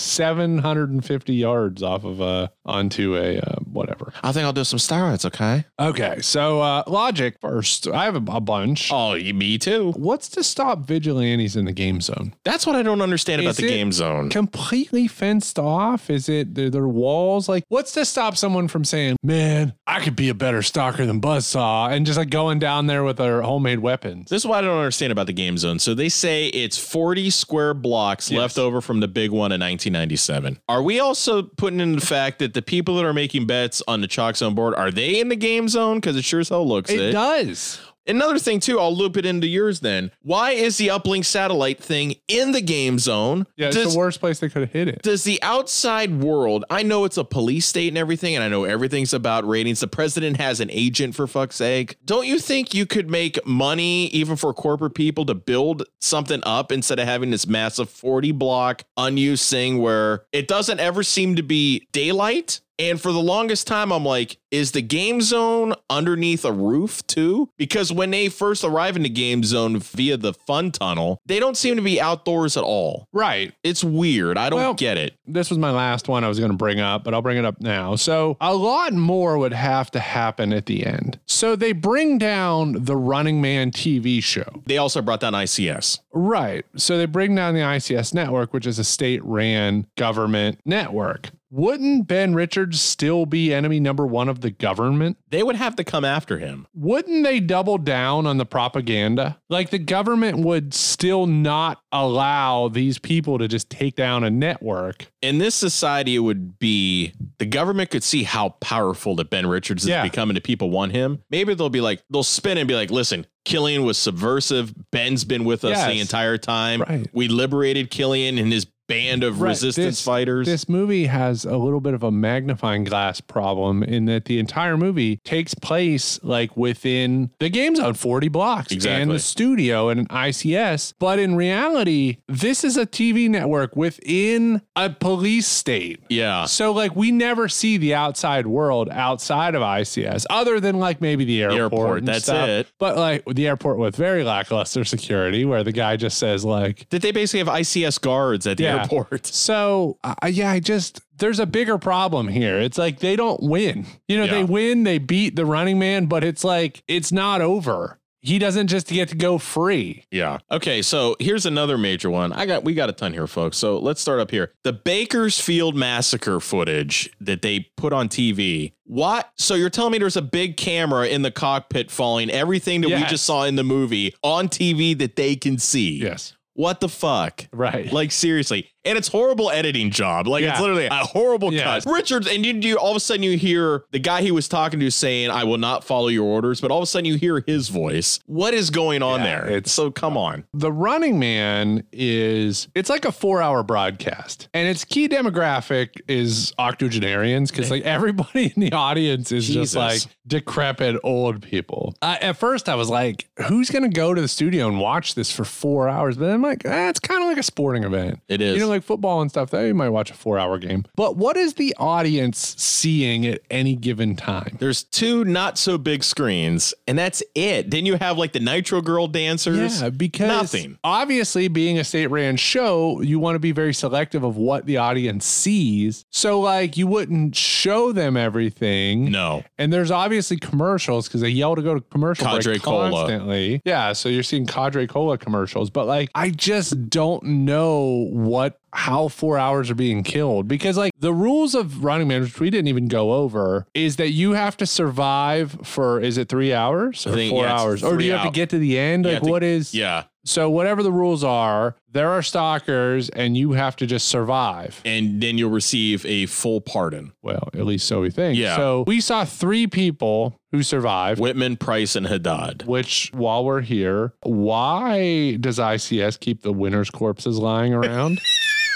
Speaker 1: 750 yards off of a onto a uh, whatever.
Speaker 2: I think I'll do some steroids, okay?
Speaker 1: Okay, so uh, logic first. I have a, a bunch.
Speaker 2: Oh, you, me too.
Speaker 1: What's to stop vigilantes in the game zone?
Speaker 2: That's what I don't understand about
Speaker 1: Is
Speaker 2: the
Speaker 1: it
Speaker 2: game zone.
Speaker 1: Completely fenced off? Is it there, there walls? Like, what's to stop someone from saying, "Man, I could be a better stalker than Buzzsaw," and just like going down there with their homemade weapons?
Speaker 2: This is what I don't understand about the game zone. So they say it's 40 square blocks left over from the big one in 1997. Are we also putting in the fact that the people that are making bets on the chalk zone board are they in the game zone? Because it sure as hell looks it.
Speaker 1: It does.
Speaker 2: Another thing too, I'll loop it into yours then. Why is the uplink satellite thing in the game zone?
Speaker 1: Yeah, it's
Speaker 2: Does-
Speaker 1: the worst place they could have hit it.
Speaker 2: does the outside world i know it's a police state and everything and i know everything's about ratings the president has an agent for fuck's sake don't you think you could make money even for corporate people to build something up instead of having this massive 40 block unused thing where it doesn't ever seem to be daylight and for the longest time, I'm like, is the game zone underneath a roof too? Because when they first arrive in the game zone via the fun tunnel, they don't seem to be outdoors at all.
Speaker 1: Right.
Speaker 2: It's weird. I don't get it.
Speaker 1: This was my last one I was going to bring up, but I'll bring it up now. So, a lot more would have to happen at the end. So, they bring down the Running Man TV show.
Speaker 2: They also brought down ICS.
Speaker 1: Right. So, they bring down the ICS network, which is a state ran government network. Wouldn't Ben Richards still be enemy number one of the government?
Speaker 2: They would have to come after him.
Speaker 1: Wouldn't they double down on the propaganda? Like the government would still not allow these people to just take down a network.
Speaker 2: In this society, it would be the government could see how powerful that Ben Richards is
Speaker 1: Yeah.
Speaker 2: becoming to people want him. Maybe they'll be like, they'll spin and be like, listen, Killian was subversive. Ben's been with us the
Speaker 1: Yes.
Speaker 2: entire time.
Speaker 1: Right.
Speaker 2: We liberated Killian and his band of
Speaker 1: Right,
Speaker 2: resistance
Speaker 1: this-
Speaker 2: fighters.
Speaker 1: This movie has a little bit of a magnifying glass problem in that the entire movie takes place like within the game's on 40 blocks and
Speaker 2: Exactly.
Speaker 1: the studio and an ICS. But in reality, this is a TV network within a police state.
Speaker 2: yeah.
Speaker 1: So like we never see the outside world outside of ICS, other than like maybe the airport.
Speaker 2: airport,
Speaker 1: and
Speaker 2: that's
Speaker 1: stuff.
Speaker 2: it.
Speaker 1: But like the airport with very lackluster security, where the guy just says like,
Speaker 2: That they basically have ICS guards at the
Speaker 1: Yeah.
Speaker 2: airport.
Speaker 1: so uh, yeah, I just there's a bigger problem here. It's like they don't win. You know,
Speaker 2: Yeah.
Speaker 1: they win, they beat the running man, but it's like it's not over. He doesn't just get to go free.
Speaker 2: Yeah. Okay, so here's another major one. I got we got a ton here, folks. So let's start up here. The Bakersfield massacre footage that they put on TV. What? So you're telling me there's a big camera in the cockpit following everything that we
Speaker 1: Yes.
Speaker 2: just saw in the movie on TV that they can see.
Speaker 1: Yes.
Speaker 2: What the fuck?
Speaker 1: Right.
Speaker 2: Like seriously. and it's horrible editing job. Like it's
Speaker 1: Yeah.
Speaker 2: literally a horrible cut. Richards, and you do all of a sudden you hear the guy he was talking to saying, "I will not follow your orders," but all of a sudden you hear his voice. What is going on there? It's so come on.
Speaker 1: The Running Man is it's like a four hour broadcast, and its key demographic is octogenarians because like everybody in the audience is
Speaker 2: Jesus.
Speaker 1: just like decrepit old people. I, at first, I was like, "Who's gonna go to the studio and watch this for four hours?" But then I'm like, ah, "It's kind of like a sporting event. It
Speaker 2: is.
Speaker 1: You know, like football and stuff. There, you might watch a four hour game. But what is the audience seeing at any given time?
Speaker 2: There's two not so big screens, and that's it. Then you have like the Nitro Girl dancers.
Speaker 1: Yeah, because
Speaker 2: nothing.
Speaker 1: Obviously, being a state ran show, you want to be very selective of what the audience sees. So, like, you wouldn't show them everything.
Speaker 2: No.
Speaker 1: And there's obviously commercials because they yell to go to commercial break
Speaker 2: Cadre Cola.
Speaker 1: constantly. Yeah, so you're seeing Cadre Cola commercials, but like, I just don't know what how four hours are being killed because like the rules of running man which we didn't even go over is that you have to survive for is it three hours
Speaker 2: I
Speaker 1: or
Speaker 2: think,
Speaker 1: four
Speaker 2: yeah, it's
Speaker 1: hours or do
Speaker 2: three
Speaker 1: you have
Speaker 2: hou-
Speaker 1: to get to the end
Speaker 2: You
Speaker 1: like
Speaker 2: have to-
Speaker 1: what is
Speaker 2: Yeah.
Speaker 1: so whatever the rules are, there are stalkers and you have to just survive.
Speaker 2: And then you'll receive a full pardon.
Speaker 1: Well, at least so we think.
Speaker 2: Yeah.
Speaker 1: So we saw three people who survived.
Speaker 2: Whitman, Price, and Haddad. *laughs*
Speaker 1: Which, while we're here, why does ICS keep the winners' corpses lying
Speaker 2: *laughs*
Speaker 1: around?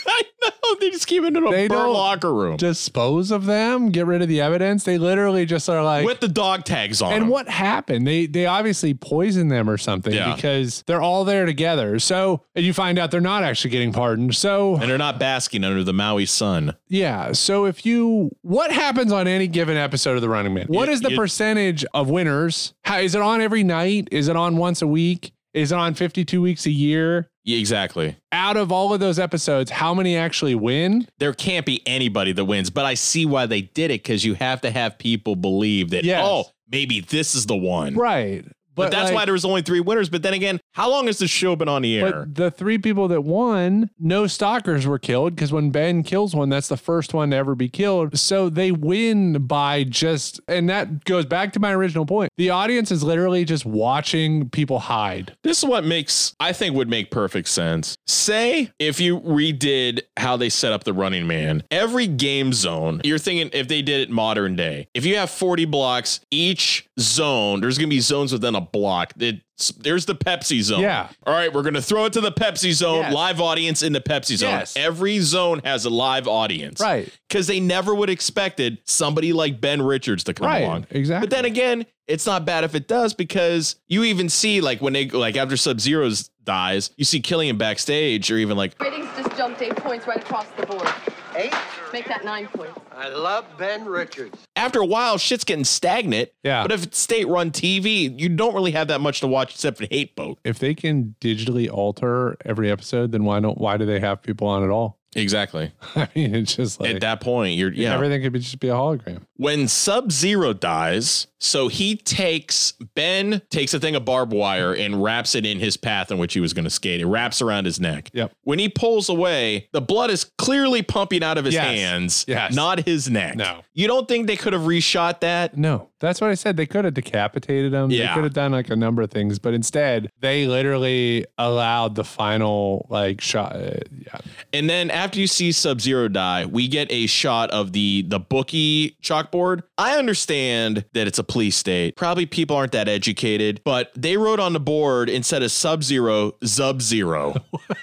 Speaker 2: I know they just keep it in a
Speaker 1: They
Speaker 2: burnt
Speaker 1: don't
Speaker 2: locker room
Speaker 1: Dispose of them, get rid of the evidence. They literally just are like
Speaker 2: with the dog tags on.
Speaker 1: And
Speaker 2: them.
Speaker 1: what happened? They they obviously poisoned them or something
Speaker 2: Yeah.
Speaker 1: because they're all there together. So and you find out they're not actually getting pardoned. So
Speaker 2: And they're not basking under the Maui sun.
Speaker 1: Yeah. So if you, what happens on any given episode of The Running Man? What
Speaker 2: You-
Speaker 1: is the
Speaker 2: you-
Speaker 1: percentage of winners? How is it on every night? Is it on once a week? Is it on 52 weeks a year?
Speaker 2: Yeah, exactly.
Speaker 1: Out of all of those episodes, how many actually win?
Speaker 2: There can't be anybody that wins, but I see why they did it because you have to have people believe that,
Speaker 1: Yes.
Speaker 2: oh, maybe this is the one.
Speaker 1: Right.
Speaker 2: But, that's
Speaker 1: like-
Speaker 2: why there was only three winners. But then again, how long has the show been on the air?
Speaker 1: But the three people that won, no stalkers were killed because when Ben kills one, that's the first one to ever be killed. So they win by just, and that goes back to my original point. The audience is literally just watching people hide.
Speaker 2: This is what makes, I think, would make perfect sense. Say if you redid how they set up the running man, every game zone, you're thinking if they did it modern day, if you have 40 blocks, each zone, there's going to be zones within a block. It's, there's the Pepsi zone.
Speaker 1: Yeah.
Speaker 2: All right, we're going to throw it to the Pepsi zone,
Speaker 1: Yes.
Speaker 2: live audience in the Pepsi zone.
Speaker 1: Yes.
Speaker 2: Every zone has a live audience.
Speaker 1: Right.
Speaker 2: Because they never would expected somebody like Ben Richards to come
Speaker 1: Right,
Speaker 2: along.
Speaker 1: exactly.
Speaker 2: But then again, it's not bad if it does because you even see like when they like after Sub Zero's dies, you see Killian backstage or even like
Speaker 3: Ratings just jumped eight points right across the board. Eight? Make that nine points.
Speaker 12: I love Ben Richards.
Speaker 2: after a while shit's getting stagnant. Yeah. But if it's state run TV, you don't really have that much to watch except for Hate Boat.
Speaker 1: if they can digitally alter every episode, then why don't why do they have people on at all? *laughs*
Speaker 2: Exactly.
Speaker 1: I mean, it's just like
Speaker 2: At that point, you're yeah.
Speaker 1: everything could be just be a hologram.
Speaker 2: when Sub Zero dies, so he takes Ben takes a thing of barbed wire and wraps it in his path in which he was going to skate. It wraps around his neck.
Speaker 1: Yep.
Speaker 2: When he pulls away, the blood is clearly pumping out of his
Speaker 1: Yes.
Speaker 2: hands,
Speaker 1: Yes.
Speaker 2: not his neck.
Speaker 1: No.
Speaker 2: You don't think they could have reshot that?
Speaker 1: No, that's what I said. They could have decapitated him.
Speaker 2: Yeah.
Speaker 1: They could have done like a number of things, but instead they literally allowed the final like shot. uh, yeah.
Speaker 2: And then after you see Sub Zero die, we get a shot of the the bookie chalkboard. I understand that it's a police state. Probably people aren't that educated, but they wrote on the board instead of Sub Zero,
Speaker 1: *laughs*
Speaker 2: Zub Zero.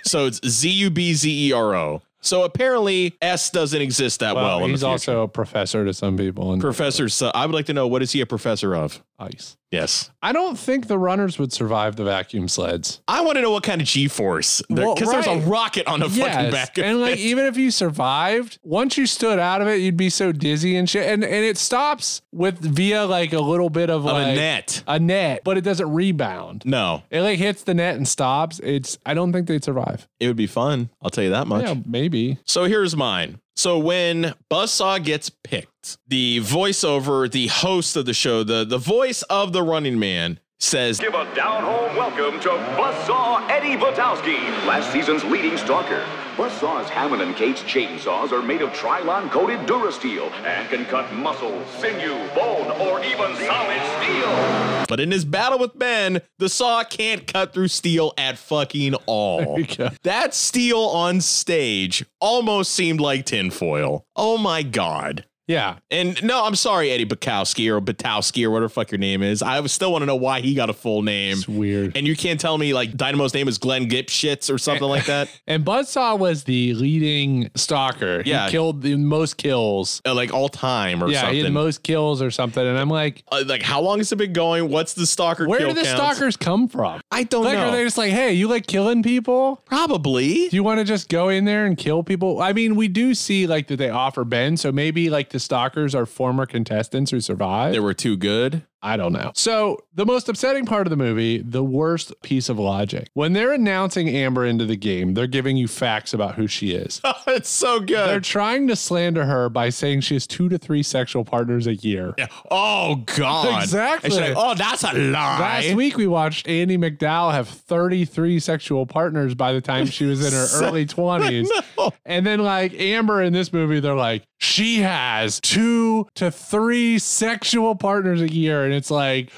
Speaker 2: so it's Z U B Z E R O. So apparently S doesn't exist that
Speaker 1: Well,
Speaker 2: well. in the
Speaker 1: he's
Speaker 2: future.
Speaker 1: also a professor to some people. And
Speaker 2: professor. Su- I would like to know what is he a professor of?
Speaker 1: Ice.
Speaker 2: Yes.
Speaker 1: I don't think the runners would survive the vacuum sleds.
Speaker 2: I want to know what kind of G force because
Speaker 1: Well,
Speaker 2: there's a
Speaker 1: right.
Speaker 2: rocket on the fucking
Speaker 1: Yes,
Speaker 2: back. Of
Speaker 1: And like
Speaker 2: it.
Speaker 1: even if you survived, once you stood out of it, you'd be so dizzy and shit. And and it stops with via like a little bit of,
Speaker 2: a
Speaker 1: like
Speaker 2: net.
Speaker 1: A net, but it doesn't rebound.
Speaker 2: no,
Speaker 1: It like hits the net and stops. It's I don't think they'd survive.
Speaker 2: it would be fun. I'll tell you that much.
Speaker 1: Yeah, maybe.
Speaker 2: So here's mine. So when Buzzsaw gets picked, the voiceover, the host of the show, the, the voice of the running man says,
Speaker 17: Give a down home welcome to Buzzsaw Eddie Butowski, last season's leading stalker. Buzzsaw's Hammond and Kate's chainsaws are made of Trilon coated Durasteel and can cut muscle, sinew, bone, or even solid steel.
Speaker 2: But in his battle with Ben, the saw can't cut through steel at fucking all. That steel on stage almost seemed like tinfoil. Oh my God.
Speaker 1: Yeah.
Speaker 2: And no, I'm sorry, Eddie Bukowski or Batowski or whatever the fuck your name is. I still want to know why he got a full name. It's
Speaker 1: weird.
Speaker 2: And you can't tell me like Dynamo's name is Glenn Gipshits or something like that.
Speaker 1: And Buzzsaw was the leading stalker.
Speaker 2: Yeah.
Speaker 1: He killed the most kills.
Speaker 2: Uh, like all time or
Speaker 1: yeah, he had
Speaker 2: something.
Speaker 1: the most kills or something. And I'm like,
Speaker 2: Uh, like how long has it been going? What's the stalker?
Speaker 1: where
Speaker 2: kill
Speaker 1: do the
Speaker 2: counts?
Speaker 1: stalkers come from?
Speaker 2: I don't
Speaker 1: like,
Speaker 2: know.
Speaker 1: Are they just like, hey, you like killing people?
Speaker 2: Probably.
Speaker 1: Do you want to just go in there and kill people? I mean, we do see like that they offer Ben, so maybe like the stalkers are former contestants who survived.
Speaker 2: They were too good. *laughs*
Speaker 1: I don't know. So, the most upsetting part of the movie, the worst piece of logic. When they're announcing Amber into the game, they're giving you facts about who she is.
Speaker 2: it's so good.
Speaker 1: They're trying to slander her by saying she has two to three sexual partners a year.
Speaker 2: Oh God.
Speaker 1: Exactly.
Speaker 2: And she's like, oh, that's a lie.
Speaker 1: Last week we watched Andy McDowell have 33 sexual partners by the time she was in
Speaker 2: *laughs*
Speaker 1: her early 20s. And then like Amber in this movie they're like she has 2 to 3 sexual partners a year and it's like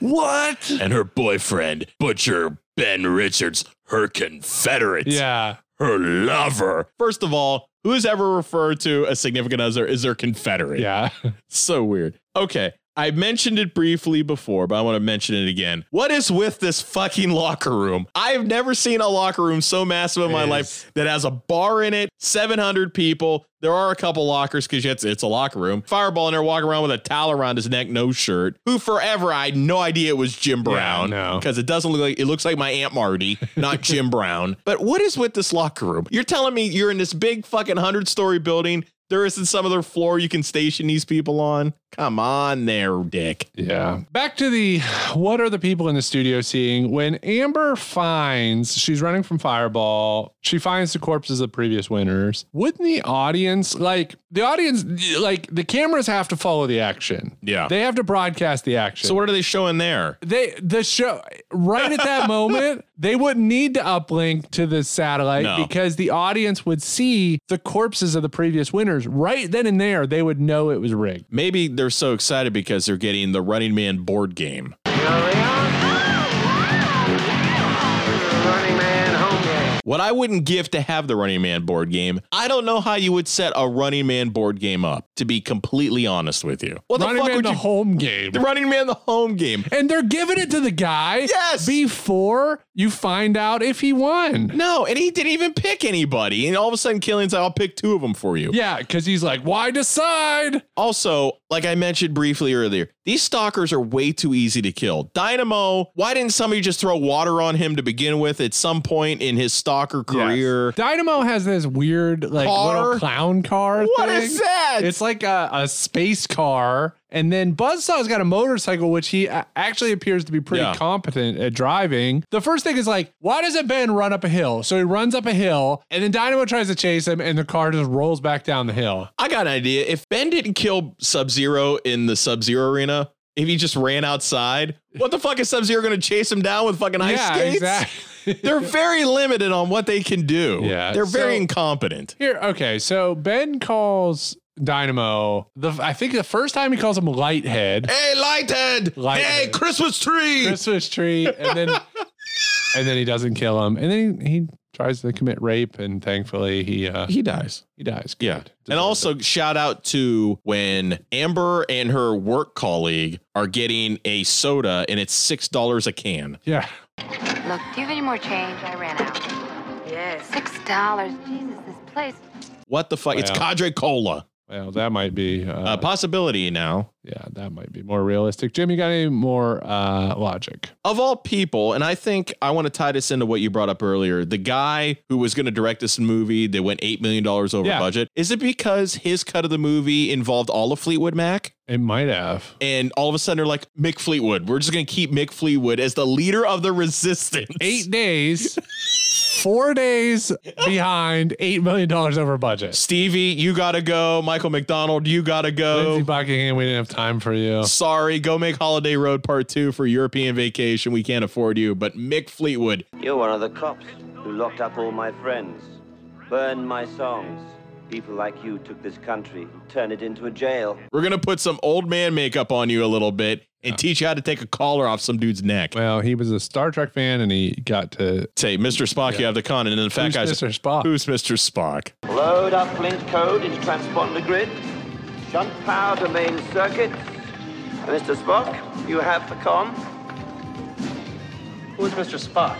Speaker 1: what?
Speaker 2: and her boyfriend, Butcher Ben Richards, her Confederate,
Speaker 1: Yeah.
Speaker 2: her lover. First of all, who has ever referred to a significant other as their Confederate?
Speaker 1: Yeah.
Speaker 2: So weird. Okay. I mentioned it briefly before, but I want to mention it again. What is with this fucking locker room? I've never seen a locker room so massive in my
Speaker 1: It
Speaker 2: life that has a bar in it, 700 people. There are a couple lockers because it's, it's a locker room. Fireball in there walking around with a towel around his neck, no shirt. Who forever I had no idea it was Jim Brown.
Speaker 1: no.
Speaker 2: Because it doesn't look like it looks like my Aunt Marty,
Speaker 1: *laughs*
Speaker 2: not Jim Brown. But what is with this locker room? You're telling me you're in this big fucking hundred story building. There isn't some other floor you can station these people on. Come on there, Dick.
Speaker 1: Yeah. Back to the what are the people in the studio seeing? When Amber finds she's running from Fireball, she finds the corpses of previous winners. Wouldn't the audience like the audience like the cameras have to follow the action?
Speaker 2: Yeah.
Speaker 1: They have to broadcast the action.
Speaker 2: So what are they showing there?
Speaker 1: they the show right at
Speaker 2: *laughs*
Speaker 1: that moment they wouldn't need to uplink to the satellite
Speaker 2: No.
Speaker 1: because the audience would see the corpses of the previous winners right then and there they would know it was rigged
Speaker 2: Maybe they're so excited because they're getting the Running Man board game.
Speaker 12: Oh, Running man home game.
Speaker 2: What I wouldn't give to have the Running Man board game, I don't know how you would set a Running Man board game up, to be completely honest with you. What
Speaker 1: running man the home game
Speaker 2: The Running Man the home game.
Speaker 1: and they're giving it to the guy
Speaker 2: Yes.
Speaker 1: before you find out if he won
Speaker 2: No, and he didn't even pick anybody. And all of a sudden, Killian's like, I'll pick two of them for you.
Speaker 1: yeah because he's like why decide
Speaker 2: Also, like I mentioned briefly earlier, these stalkers are way too easy to kill. Dynamo, why didn't somebody just throw water on him to begin with at some point in his stalker career?
Speaker 1: Dynamo has this weird like
Speaker 2: Car?
Speaker 1: little clown car.
Speaker 2: What
Speaker 1: thing.
Speaker 2: is that?
Speaker 1: It's like a, a space car. And then Buzzsaw's got a motorcycle, which he uh, actually appears to be pretty
Speaker 2: Yeah.
Speaker 1: competent at driving. The first thing is like, why doesn't Ben run up a hill? So he runs up a hill, and then Dynamo tries to chase him, and the car just rolls back down the hill.
Speaker 2: I got an idea. If Ben didn't kill Sub Zero in the Sub Zero arena, if he just ran outside, what the fuck is Sub Zero going to chase him down with fucking ice skates? *laughs* They're very limited on what they can do.
Speaker 1: Yeah,
Speaker 2: They're very
Speaker 1: so-
Speaker 2: incompetent.
Speaker 1: Here, okay, so Ben calls Dynamo the I think the first time he calls him Lighthead.
Speaker 2: Hey, lighthead! Hey,
Speaker 1: Lighthead.
Speaker 2: Christmas tree!
Speaker 1: Christmas tree, and
Speaker 2: *laughs*
Speaker 1: then and then he doesn't kill him, and then he, he tries to commit rape, and thankfully he uh,
Speaker 2: he dies.
Speaker 1: he dies.
Speaker 2: Yeah.
Speaker 1: Good.
Speaker 2: And also shout out to when Amber and her work colleague are getting a soda and it's six dollars a can.
Speaker 1: yeah,
Speaker 7: Look, do you have any more change? I ran out.
Speaker 16: Yes.
Speaker 7: Six dollars. Jesus, this place.
Speaker 2: What the fuck? It's
Speaker 1: Wow.
Speaker 2: Cadre Cola.
Speaker 1: well, that might be uh,
Speaker 2: A possibility now.
Speaker 1: yeah, that might be more realistic. Jim, you got any more uh, logic?
Speaker 2: Of all people, and I think I want to tie this into what you brought up earlier. The guy who was going to direct this movie that went $8 million over
Speaker 1: Yeah.
Speaker 2: budget, is it because his cut of the movie involved all of Fleetwood Mac?
Speaker 1: It might have.
Speaker 2: And all of a sudden they're like, Mick Fleetwood, we're just going to keep Mick Fleetwood as the leader of the *laughs* resistance.
Speaker 1: Eight days, *laughs* four days behind, eight million dollars over budget.
Speaker 2: Stevie, you gotta go. Michael McDonald, you gotta
Speaker 1: Lindsey
Speaker 2: go.
Speaker 1: Buckingham, we didn't have time for you.
Speaker 2: Sorry, go make Holiday Road Part 2 for European vacation. We can't afford you, but Mick Fleetwood.
Speaker 12: You're one of the cops who locked up all my friends.
Speaker 8: Burn my songs. People like you took this country and turned it into a jail.
Speaker 2: We're gonna put some old man makeup on you a little bit and teach you how to take a collar off some dude's neck.
Speaker 1: Well, he was a Star Trek fan and he got to
Speaker 2: say, Mr. Spock, you have the con, and then the fat
Speaker 1: Who's
Speaker 2: guy's
Speaker 1: Mr. Spock?
Speaker 2: Who's Mr. Spock?
Speaker 8: Load up Flint code into transponder grid. Shunt power to main circuit. Mr. Spock, you have the com. Who's Mr. Spock?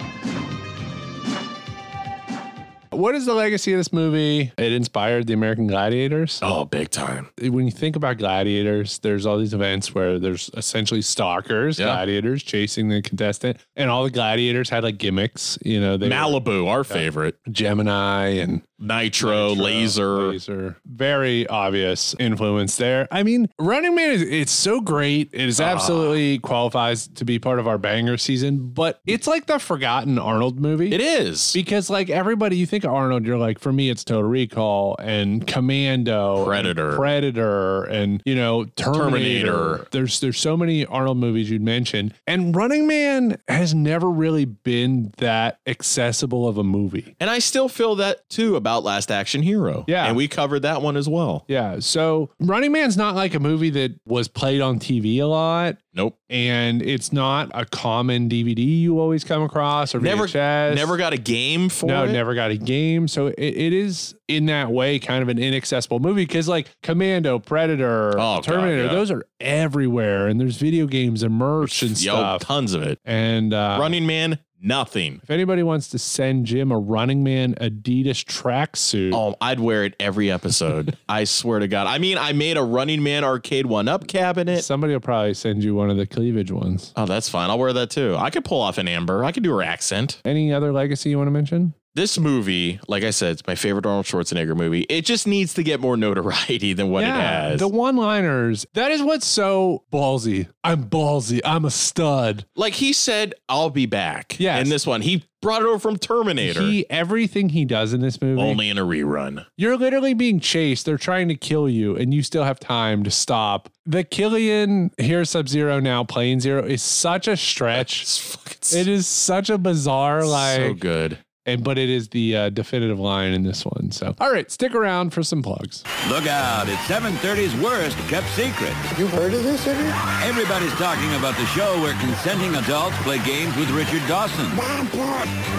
Speaker 1: What is the legacy of this movie? It inspired the American Gladiators.
Speaker 2: Oh, big time.
Speaker 1: When you think about gladiators, there's all these events where there's essentially stalkers,
Speaker 2: Yeah.
Speaker 1: gladiators chasing the contestant, and all the gladiators had like gimmicks. You know, they were
Speaker 2: Malibu, our favorite.
Speaker 1: Gemini and
Speaker 2: Nitro, Oh, laser.
Speaker 1: laser. Very obvious influence there. I mean, Running Man is it's so great. It
Speaker 2: Ah.
Speaker 1: is absolutely qualifies to be part of our banger season, but it's like the forgotten Arnold movie.
Speaker 2: It is.
Speaker 1: Because like everybody you think of Arnold, you're like, for me, it's Total Recall and Commando. and
Speaker 2: Predator.
Speaker 1: Predator and you know, Terminator.
Speaker 2: Terminator.
Speaker 1: There's there's so many Arnold movies you'd mention. And Running Man has never really been that accessible of a movie.
Speaker 2: And I still feel that too about Last Action Hero.
Speaker 1: Yeah.
Speaker 2: And we covered that one as well.
Speaker 1: Yeah. So Running Man's not like a movie that was played on TV a lot.
Speaker 2: Nope.
Speaker 1: And it's not a common DVD you always come across or
Speaker 2: Never,
Speaker 1: VHS.
Speaker 2: never got a game for
Speaker 1: no,
Speaker 2: it.
Speaker 1: never got a game. So it, it is in that way kind of an inaccessible movie because like Commando, Predator,
Speaker 2: Oh, God,
Speaker 1: Terminator,
Speaker 2: yeah.
Speaker 1: those are everywhere, and there's video games and merch and
Speaker 2: Yo,
Speaker 1: stuff.
Speaker 2: tons of it.
Speaker 1: And uh,
Speaker 2: Running Man, nothing.
Speaker 1: if anybody wants to send Jim a Running Man Adidas tracksuit,
Speaker 2: Oh, I'd wear it every
Speaker 1: *laughs*
Speaker 2: episode. I swear to God. I mean, I made a Running Man arcade one up cabinet.
Speaker 1: somebody will probably send you one of the cleavage ones.
Speaker 2: Oh, that's fine. I'll wear that too. I could pull off an Amber. I could do her accent.
Speaker 1: Any other legacy you want to mention?
Speaker 2: This movie, like I said, it's my favorite Arnold Schwarzenegger movie. It just needs to get more notoriety than what it has.
Speaker 1: The one liners. That is what's so ballsy. I'm ballsy. I'm a stud.
Speaker 2: like he said, I'll be back.
Speaker 1: Yes.
Speaker 2: In this one, he brought it over from Terminator.
Speaker 1: He everything he does in this movie.
Speaker 2: only in a rerun.
Speaker 1: You're literally being chased. They're trying to kill you, and you still have time to stop. The Killian here Sub Zero now Plane Zero is such a stretch.
Speaker 2: It's fucking
Speaker 1: It is such a bizarre like
Speaker 2: so good.
Speaker 1: and but it is the uh, definitive line in this one. So all right, stick around for some plugs.
Speaker 22: Look out, it's 7.30's worst kept secret.
Speaker 23: You heard of this, have you?
Speaker 22: Everybody's talking about the show where consenting adults play games with Richard Dawson.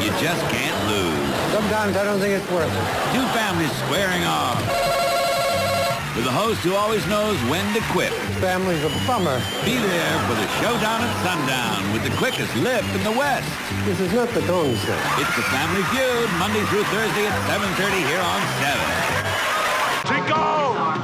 Speaker 22: You just can't lose.
Speaker 23: Sometimes I don't think it's worth it.
Speaker 22: Two families squaring off. With a host who always knows when to quit.
Speaker 23: Family's a bummer.
Speaker 22: Be there for the showdown at sundown with the quickest lift in the West.
Speaker 23: This is not the Golden State.
Speaker 22: It's the Family Feud, Monday through Thursday at 7.30 here on 7.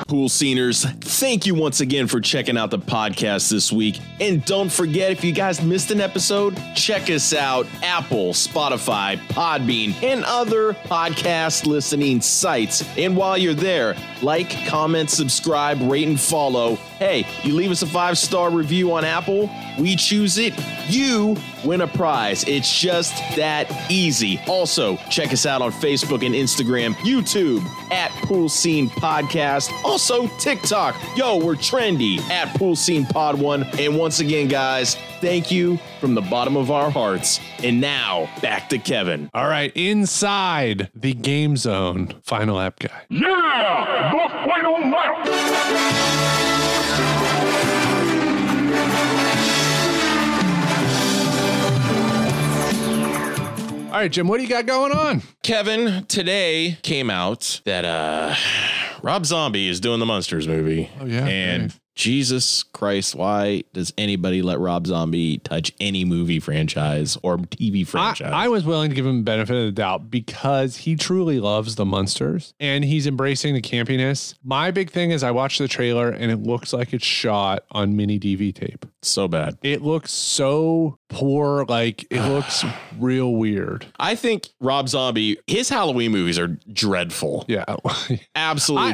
Speaker 2: Pool Sceners, thank you once again for checking out the podcast this week. And don't forget, if you guys missed an episode, check us out Apple, Spotify, Podbean, and other podcast listening sites. And while you're there, like, comment, subscribe, rate, and follow. Hey, you leave us a five star review on Apple, we choose it, you win a prize. It's just that easy. Also, check us out on Facebook and Instagram, YouTube at Pool Scene Podcast, also TikTok. Yo, we're trendy at Pool Scene Pod One. And once again, guys, thank you from the bottom of our hearts. And now back to Kevin.
Speaker 1: All right, inside the game zone, final app guy.
Speaker 14: Yeah! The final lap!
Speaker 1: All right, Jim, what do you got going on?
Speaker 2: Kevin, today came out that uh Rob Zombie is doing the Monsters movie.
Speaker 1: Oh, yeah,
Speaker 2: And
Speaker 1: right.
Speaker 2: Jesus Christ, why does anybody let Rob Zombie touch any movie franchise or TV
Speaker 1: I,
Speaker 2: franchise?
Speaker 1: I was willing to give him the benefit of the doubt because he truly loves the monsters and he's embracing the campiness. My big thing is I watched the trailer and it looks like it's shot on mini DV tape.
Speaker 2: so bad.
Speaker 1: It looks so poor, like
Speaker 2: *sighs*
Speaker 1: it looks real weird.
Speaker 2: I think Rob Zombie, his Halloween movies are dreadful. *laughs*
Speaker 1: Yeah.
Speaker 2: Absolutely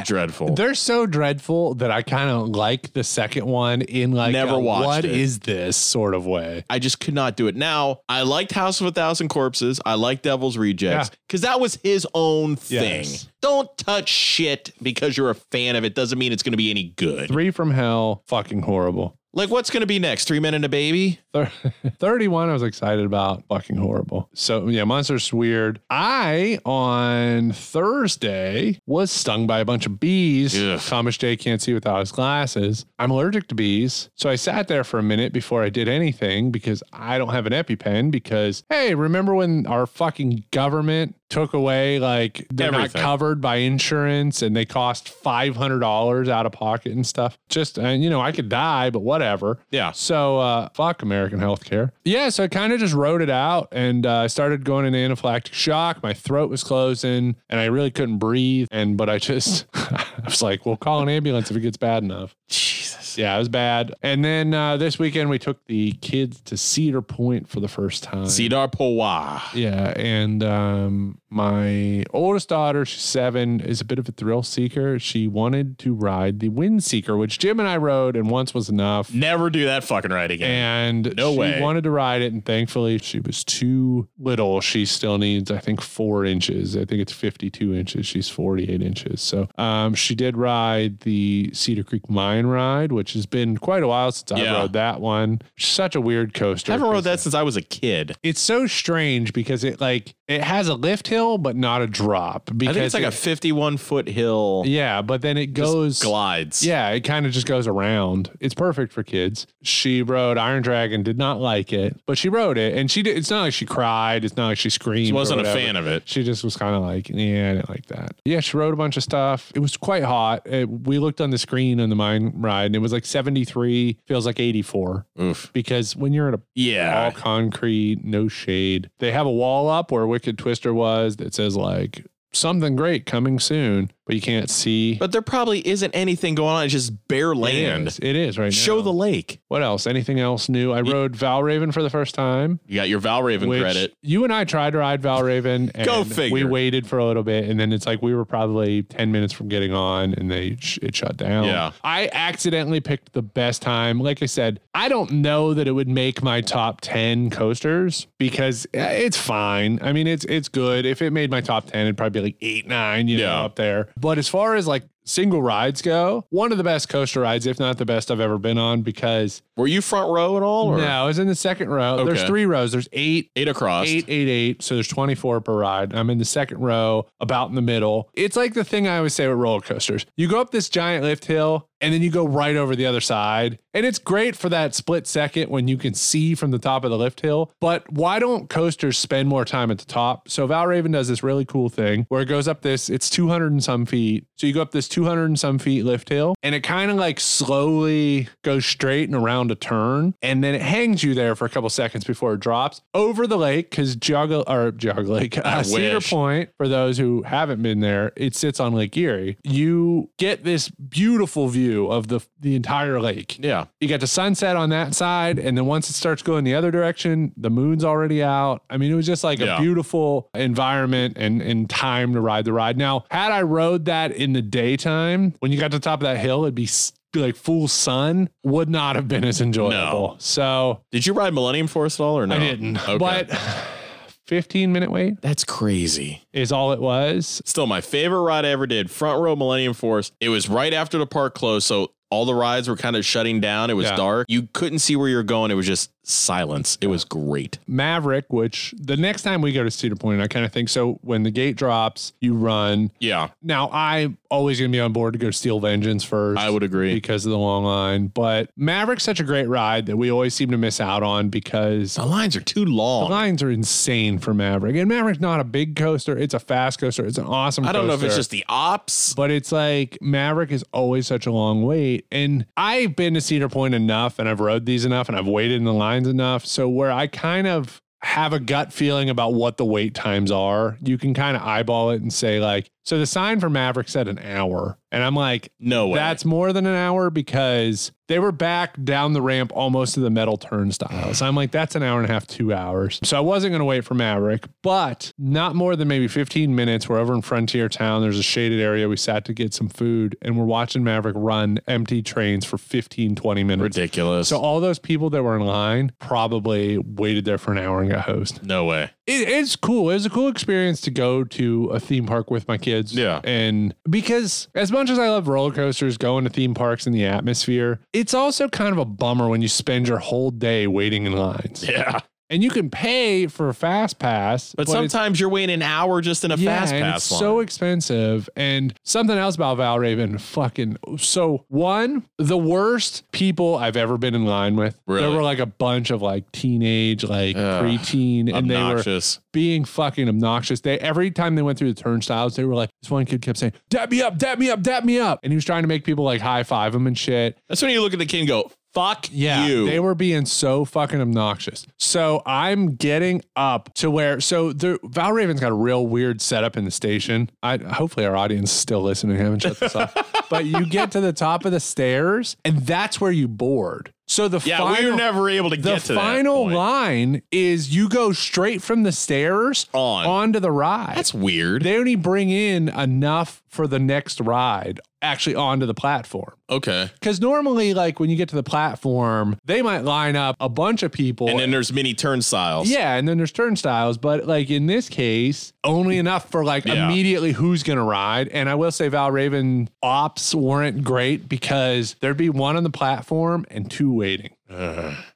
Speaker 1: I-
Speaker 2: dreadful.
Speaker 1: They're so dreadful that I kind of like the second one in like
Speaker 2: Never
Speaker 1: a,
Speaker 2: watched
Speaker 1: what
Speaker 2: it.
Speaker 1: is this sort of way.
Speaker 2: I just could not do it. Now, I liked House of a Thousand Corpses. I like Devil's Rejects
Speaker 1: Yeah.
Speaker 2: because that was his own thing.
Speaker 1: Yes.
Speaker 2: Don't touch shit because you're a fan of it. Doesn't mean it's going to be any good.
Speaker 1: Three from Hell, fucking horrible.
Speaker 2: Like, what's going to be next? Three Men and a Baby?
Speaker 1: Thir- *laughs* 31 I was excited about. Fucking horrible. So yeah, Monster's weird. I on Thursday was stung by a bunch of bees. Thomas J can't see without his glasses. I'm allergic to bees. So I sat there for a minute before I did anything because I don't have an EpiPen because hey, remember when our fucking government took away like they're
Speaker 2: Everything.
Speaker 1: not covered by insurance and they cost $500 out of pocket and stuff. Just and you know, I could die, but whatever.
Speaker 2: Yeah.
Speaker 1: So uh, fuck American healthcare. Yeah. So I kind of just wrote it out and uh, I started going into anaphylactic shock. My throat was closing and I really couldn't breathe. And but I just *laughs* I was like, well, call an ambulance if it gets bad enough.
Speaker 2: Jesus.
Speaker 1: Yeah, it was bad. And then uh, this weekend we took the kids to Cedar Point for the first time.
Speaker 2: Cedar Powa.
Speaker 1: Yeah, and um, my oldest daughter, she's seven, is a bit of a thrill seeker. She wanted to ride the Wind Seeker, which Jim and I rode, and once was enough.
Speaker 2: Never do that fucking ride again.
Speaker 1: And
Speaker 2: No
Speaker 1: she
Speaker 2: way.
Speaker 1: wanted to ride it, and thankfully she was too little. She still needs, I think, four inches. I think it's fifty-two inches. She's forty-eight inches. So um, she did ride the Cedar Creek Mine ride, which has been quite a while since I
Speaker 2: Yeah.
Speaker 1: rode that one. Such a weird coaster.
Speaker 2: I haven't rode that since I was a kid.
Speaker 1: It's so strange because it like it has a lift hill but not a drop.
Speaker 2: I
Speaker 1: Because
Speaker 2: think it's like a
Speaker 1: it-
Speaker 2: 51 foot hill.
Speaker 1: yeah, but then it
Speaker 2: Just
Speaker 1: goes
Speaker 2: glides.
Speaker 1: yeah, it kind of just goes around. It's perfect for kids. She rode Iron Dragon, did not like it, but she rode it, and she did. It's not like she cried. It's not like she screamed.
Speaker 2: She
Speaker 1: or
Speaker 2: wasn't a
Speaker 1: whatever.
Speaker 2: fan of it.
Speaker 1: She just was kind of like, yeah, I didn't like that. Yeah, she rode a bunch of stuff. It was quite hot. It- we looked on the screen on the mine ride, and it was like seventy three. Feels like eighty four.
Speaker 2: Oof.
Speaker 1: Because when you're in a
Speaker 2: Yeah.
Speaker 1: all concrete, no shade. They have a wall up where Wicked Twister was that says like something great coming soon, but you can't see.
Speaker 2: But there probably isn't anything going on. It's just bare
Speaker 1: It
Speaker 2: land.
Speaker 1: is, it is right now.
Speaker 2: Show the lake.
Speaker 1: What else? Anything else new? I rode Valraven for the first time.
Speaker 2: You got your Valraven
Speaker 1: which
Speaker 2: credit.
Speaker 1: You and I tried to ride Valraven. And
Speaker 2: *laughs* Go
Speaker 1: We
Speaker 2: figure.
Speaker 1: waited for a little bit, and then it's like we were probably ten minutes from getting on, and they sh- it shut down.
Speaker 2: Yeah.
Speaker 1: I accidentally picked the best time. Like I said, I don't know that it would make my top ten coasters because uh, it's fine. I mean, it's it's good. If it made my top ten, it'd probably be like eight, nine, you know,
Speaker 2: Yeah.
Speaker 1: up there. But as far as like single rides go, one of the best coaster rides, if not the best I've ever been on, because
Speaker 2: Were you front row at all? Or?
Speaker 1: no, it's in the second row. There's
Speaker 2: Okay.
Speaker 1: three rows. There's eight,
Speaker 2: Eight across.
Speaker 1: eight, eight, eight. So there's 24 per ride. I'm in the second row, about in the middle. It's like the thing I always say with roller coasters. You go up this giant lift hill and then you go right over the other side. And it's great for that split second when you can see from the top of the lift hill. But why don't coasters spend more time at the top? So Valraven does this really cool thing where it goes up this, it's 200 and some feet. So you go up this 200 and some feet lift hill and it kind of like slowly goes straight and around a turn. And then it hangs you there for a couple seconds before it drops over the lake because Joggle or Jog Lake, uh, Cedar
Speaker 2: wish.
Speaker 1: Point, for those who haven't been there, it sits on Lake Erie. You get this beautiful view of the, the entire lake
Speaker 2: Yeah.
Speaker 1: you got the sunset on that side and then once it starts going the other direction the moon's already out i mean it was just like
Speaker 2: Yeah.
Speaker 1: a beautiful environment and and time to ride the ride now had i rode that in the daytime when you got to the top of that hill it'd be s- like full sun would not have been as enjoyable so
Speaker 2: Did you ride Millennium Force at all or no?
Speaker 1: i didn't
Speaker 2: Okay.
Speaker 1: but *sighs* 15 minute wait
Speaker 2: That's crazy.
Speaker 1: is all it was
Speaker 2: Still my favorite ride I ever did, front row Millennium Force. It was right after the park closed, so all the rides were kind of shutting down. It was
Speaker 1: Yeah.
Speaker 2: dark. You couldn't see where you're going. It was just silence. It was great.
Speaker 1: Maverick, which the next time we go to Cedar Point, I kind of think so. When the gate drops, you run.
Speaker 2: Yeah.
Speaker 1: Now I'm always gonna be on board to go to Steel Vengeance first.
Speaker 2: I would agree.
Speaker 1: because of the long line. But Maverick's such a great ride that we always seem to miss out on because
Speaker 2: The lines are too
Speaker 1: the
Speaker 2: long.
Speaker 1: lines are insane for Maverick. And Maverick's not a big coaster; it's a fast coaster. It's an awesome.
Speaker 2: I don't know if it's
Speaker 1: coaster.
Speaker 2: just the ops.
Speaker 1: But it's like Maverick is always such a long wait. And I've been to Cedar Point enough and I've rode these enough and I've waited in the lines enough. So where I kind of have a gut feeling about what the wait times are, you can kind of eyeball it and say, like, so the sign for Maverick said an hour. And I'm like,
Speaker 2: No way.
Speaker 1: that's more than an hour because they were back down the ramp almost to the metal turnstiles. I'm like, that's an hour and a half, two hours. So I wasn't going to wait for Maverick, but not more than maybe 15 minutes. We're over in Frontier Town. There's a shaded area. We sat to get some food and we're watching Maverick run empty trains for 15, 20 minutes.
Speaker 2: ridiculous.
Speaker 1: So all those people that were in line probably waited there for an hour and got hosed.
Speaker 2: no way.
Speaker 1: it, it's cool. It was a cool experience to go to a theme park with my kids. Yeah. And because as much as I love roller coasters, going to theme parks and the atmosphere, it's also kind of a bummer when you spend your whole day waiting in lines.
Speaker 2: Yeah.
Speaker 1: And you can pay for a fast pass,
Speaker 2: But,
Speaker 1: it's-
Speaker 2: sometimes you're waiting an hour just in a fast
Speaker 1: and
Speaker 2: pass
Speaker 1: It's
Speaker 2: line.
Speaker 1: so expensive. And something else about Valraven, fucking so one, the worst people I've ever been in line with. There
Speaker 2: Really?
Speaker 1: were like a bunch of like teenage, like preteen, and
Speaker 2: obnoxious.
Speaker 1: they were being fucking obnoxious. They every time they went through the turnstiles, they were like, this one kid kept saying, Dap me up, dap me up, dap me up. And he was trying to make people like high five him and shit.
Speaker 2: That's when you look at the kid and go, fuck
Speaker 1: Yeah,
Speaker 2: you.
Speaker 1: they were being so fucking obnoxious. So I'm getting up to where so the Val Raven's got a real weird setup in the station. I hopefully our audience is still listening. I haven't shut this
Speaker 2: *laughs*
Speaker 1: off. But you get to the top of the stairs, and that's where you board. So the
Speaker 2: Yeah, we
Speaker 1: final,
Speaker 2: were never able to get
Speaker 1: the
Speaker 2: to that
Speaker 1: final line is you go straight from the stairs on onto the ride. That's
Speaker 2: weird.
Speaker 1: They only bring in enough for the next ride actually onto the platform.
Speaker 2: okay.
Speaker 1: Because normally, like when you get to the platform, they might line up a bunch of people.
Speaker 2: And then there's mini turnstiles.
Speaker 1: yeah, and then there's turnstiles, but like in this case, only enough for like
Speaker 2: Yeah.
Speaker 1: immediately who's gonna ride. And I will say Val Raven ops weren't great because there'd be one on the platform and two waiting.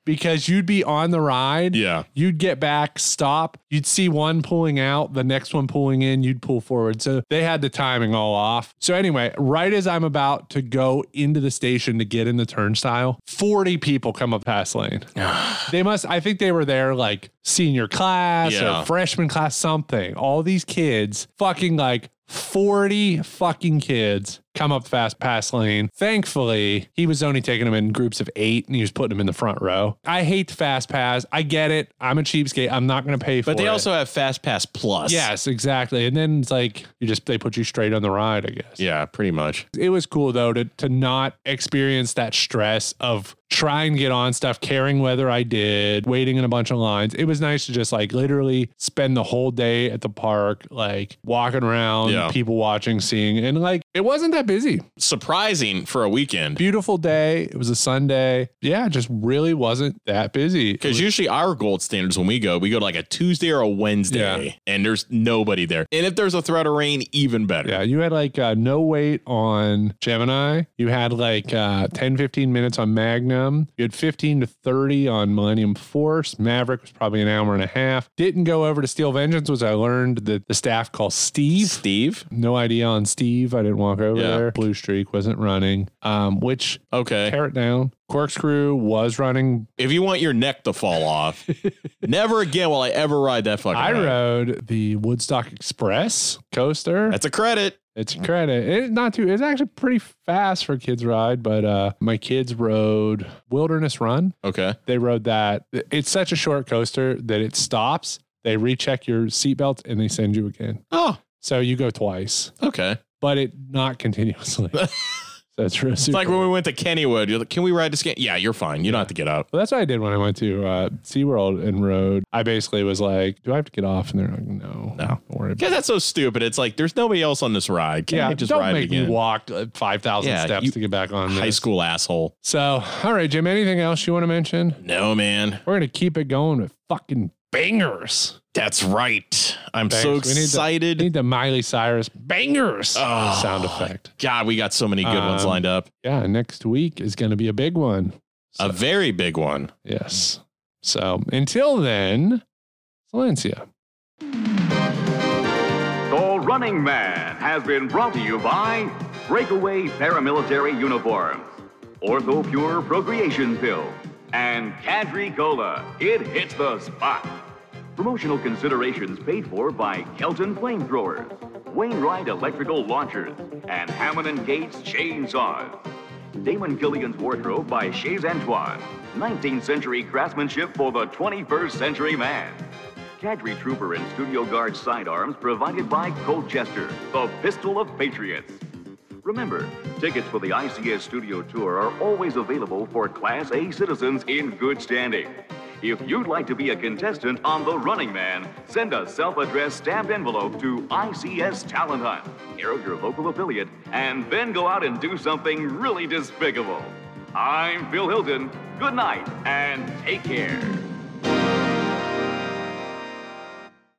Speaker 1: Because you'd be on the ride,
Speaker 2: Yeah.
Speaker 1: You'd get back, stop. You'd see one pulling out, the next one pulling in. You'd pull forward. So they had the timing all off. So anyway, right as I'm about to go into the station to get in the turnstile, 40 people come up past lane. they must. I think they were there like senior class
Speaker 2: Yeah.
Speaker 1: or freshman class, something. All these kids, fucking like. 40 fucking kids come up fast pass lane. Thankfully, he was only taking them in groups of eight and he was putting them in the front row. I hate the fast pass. I get it. I'm a cheapskate. I'm not going to pay for it.
Speaker 2: But they also have Fast Pass Plus.
Speaker 1: Yes, exactly. And then it's like you just they put you straight on the ride, I guess.
Speaker 2: Yeah, pretty much.
Speaker 1: It was cool though to to not experience that stress of trying to get on stuff, caring whether I did, waiting in a bunch of lines. It was nice to just like literally spend the whole day at the park, like walking around,
Speaker 2: Yeah.
Speaker 1: people watching, seeing, and like it wasn't that busy.
Speaker 2: Surprising for a weekend.
Speaker 1: Beautiful day. It was a Sunday. Yeah, it just really wasn't that busy.
Speaker 2: Because usually our gold standards when we go, we go to like a Tuesday or a Wednesday, and there's nobody there. And if there's a threat of rain, even better.
Speaker 1: Yeah, you had like uh, no wait on Gemini. You had like uh, 10, 15 minutes on Magnum. You had 15 to 30 on Millennium Force. Maverick was probably an hour and a half. Didn't go over to Steel Vengeance, which I learned that the staff calls Steve.
Speaker 2: Steve?
Speaker 1: No idea on Steve. I didn't walk over
Speaker 2: Yeah.
Speaker 1: there. Blue Streak wasn't running, um, which,
Speaker 2: Okay.
Speaker 1: tear it down. Corkscrew was running.
Speaker 2: If you want your neck to fall
Speaker 1: *laughs*
Speaker 2: off, never again will I ever ride that fucking
Speaker 1: I
Speaker 2: ride.
Speaker 1: rode the Woodstock Express coaster.
Speaker 2: That's a credit.
Speaker 1: It's a credit. It's not too. It's actually pretty fast for a kids ride, but uh, my kids rode Wilderness Run.
Speaker 2: Okay.
Speaker 1: They rode that. It's such a short coaster that it stops. They recheck your seatbelt and they send you again.
Speaker 2: Oh,
Speaker 1: so you go twice,
Speaker 2: Okay.
Speaker 1: but it not
Speaker 2: *laughs*
Speaker 1: continuously. so it's real.
Speaker 2: It's
Speaker 1: super
Speaker 2: like when we went to Kennywood. You're like, can we ride this game? Yeah, you're fine. You don't have to get up.
Speaker 1: Well, that's what I did when I went to uh, SeaWorld and rode. I basically was like, "Do I have to get off?" And they're like, "No, no, don't worry."
Speaker 2: Because that's so stupid. It's like there's nobody else on this ride. Can
Speaker 1: Yeah,
Speaker 2: yeah, just
Speaker 1: don't
Speaker 2: ride
Speaker 1: make
Speaker 2: it
Speaker 1: me
Speaker 2: again?
Speaker 1: walk uh, five thousand steps to get back on.
Speaker 2: High
Speaker 1: this.
Speaker 2: school asshole.
Speaker 1: So, all right, Jim. Anything else you want to mention?
Speaker 2: No, man.
Speaker 1: We're gonna keep it going with fucking bangers.
Speaker 2: That's right. I'm so
Speaker 1: Bangers. We need the-
Speaker 2: excited.
Speaker 1: We need, the Miley Cyrus bangers
Speaker 2: Oh,
Speaker 1: sound effect.
Speaker 2: God, we got so many good ones
Speaker 1: Um,
Speaker 2: lined up.
Speaker 1: Yeah, next week is gonna be a big one.
Speaker 2: A very big one.
Speaker 1: Yes. So until then, Silencia.
Speaker 17: The Running Man has been brought to you by Breakaway Paramilitary Uniforms, Ortho Pure Procreation Pill, and Cadre Cola. It hits the spot. Promotional considerations paid for by Kelton Flamethrowers, Wainwright Electrical Launchers, and Hammond and Gates Chainsaws. Damon Gilligan's Wardrobe by Shays Antoine, 19th century craftsmanship for the 21st century man. Cadre Trooper and Studio Guard sidearms provided by Colchester, the Pistol of Patriots. Remember, tickets for the ICS Studio Tour are always available for Class A citizens in good standing. If you'd like to be a contestant on The Running Man, send a self addressed stamped envelope to ICS Talent Hunt, care of your local affiliate, and then go out and do something really despicable. I'm Phil Hilton. Good night and take care.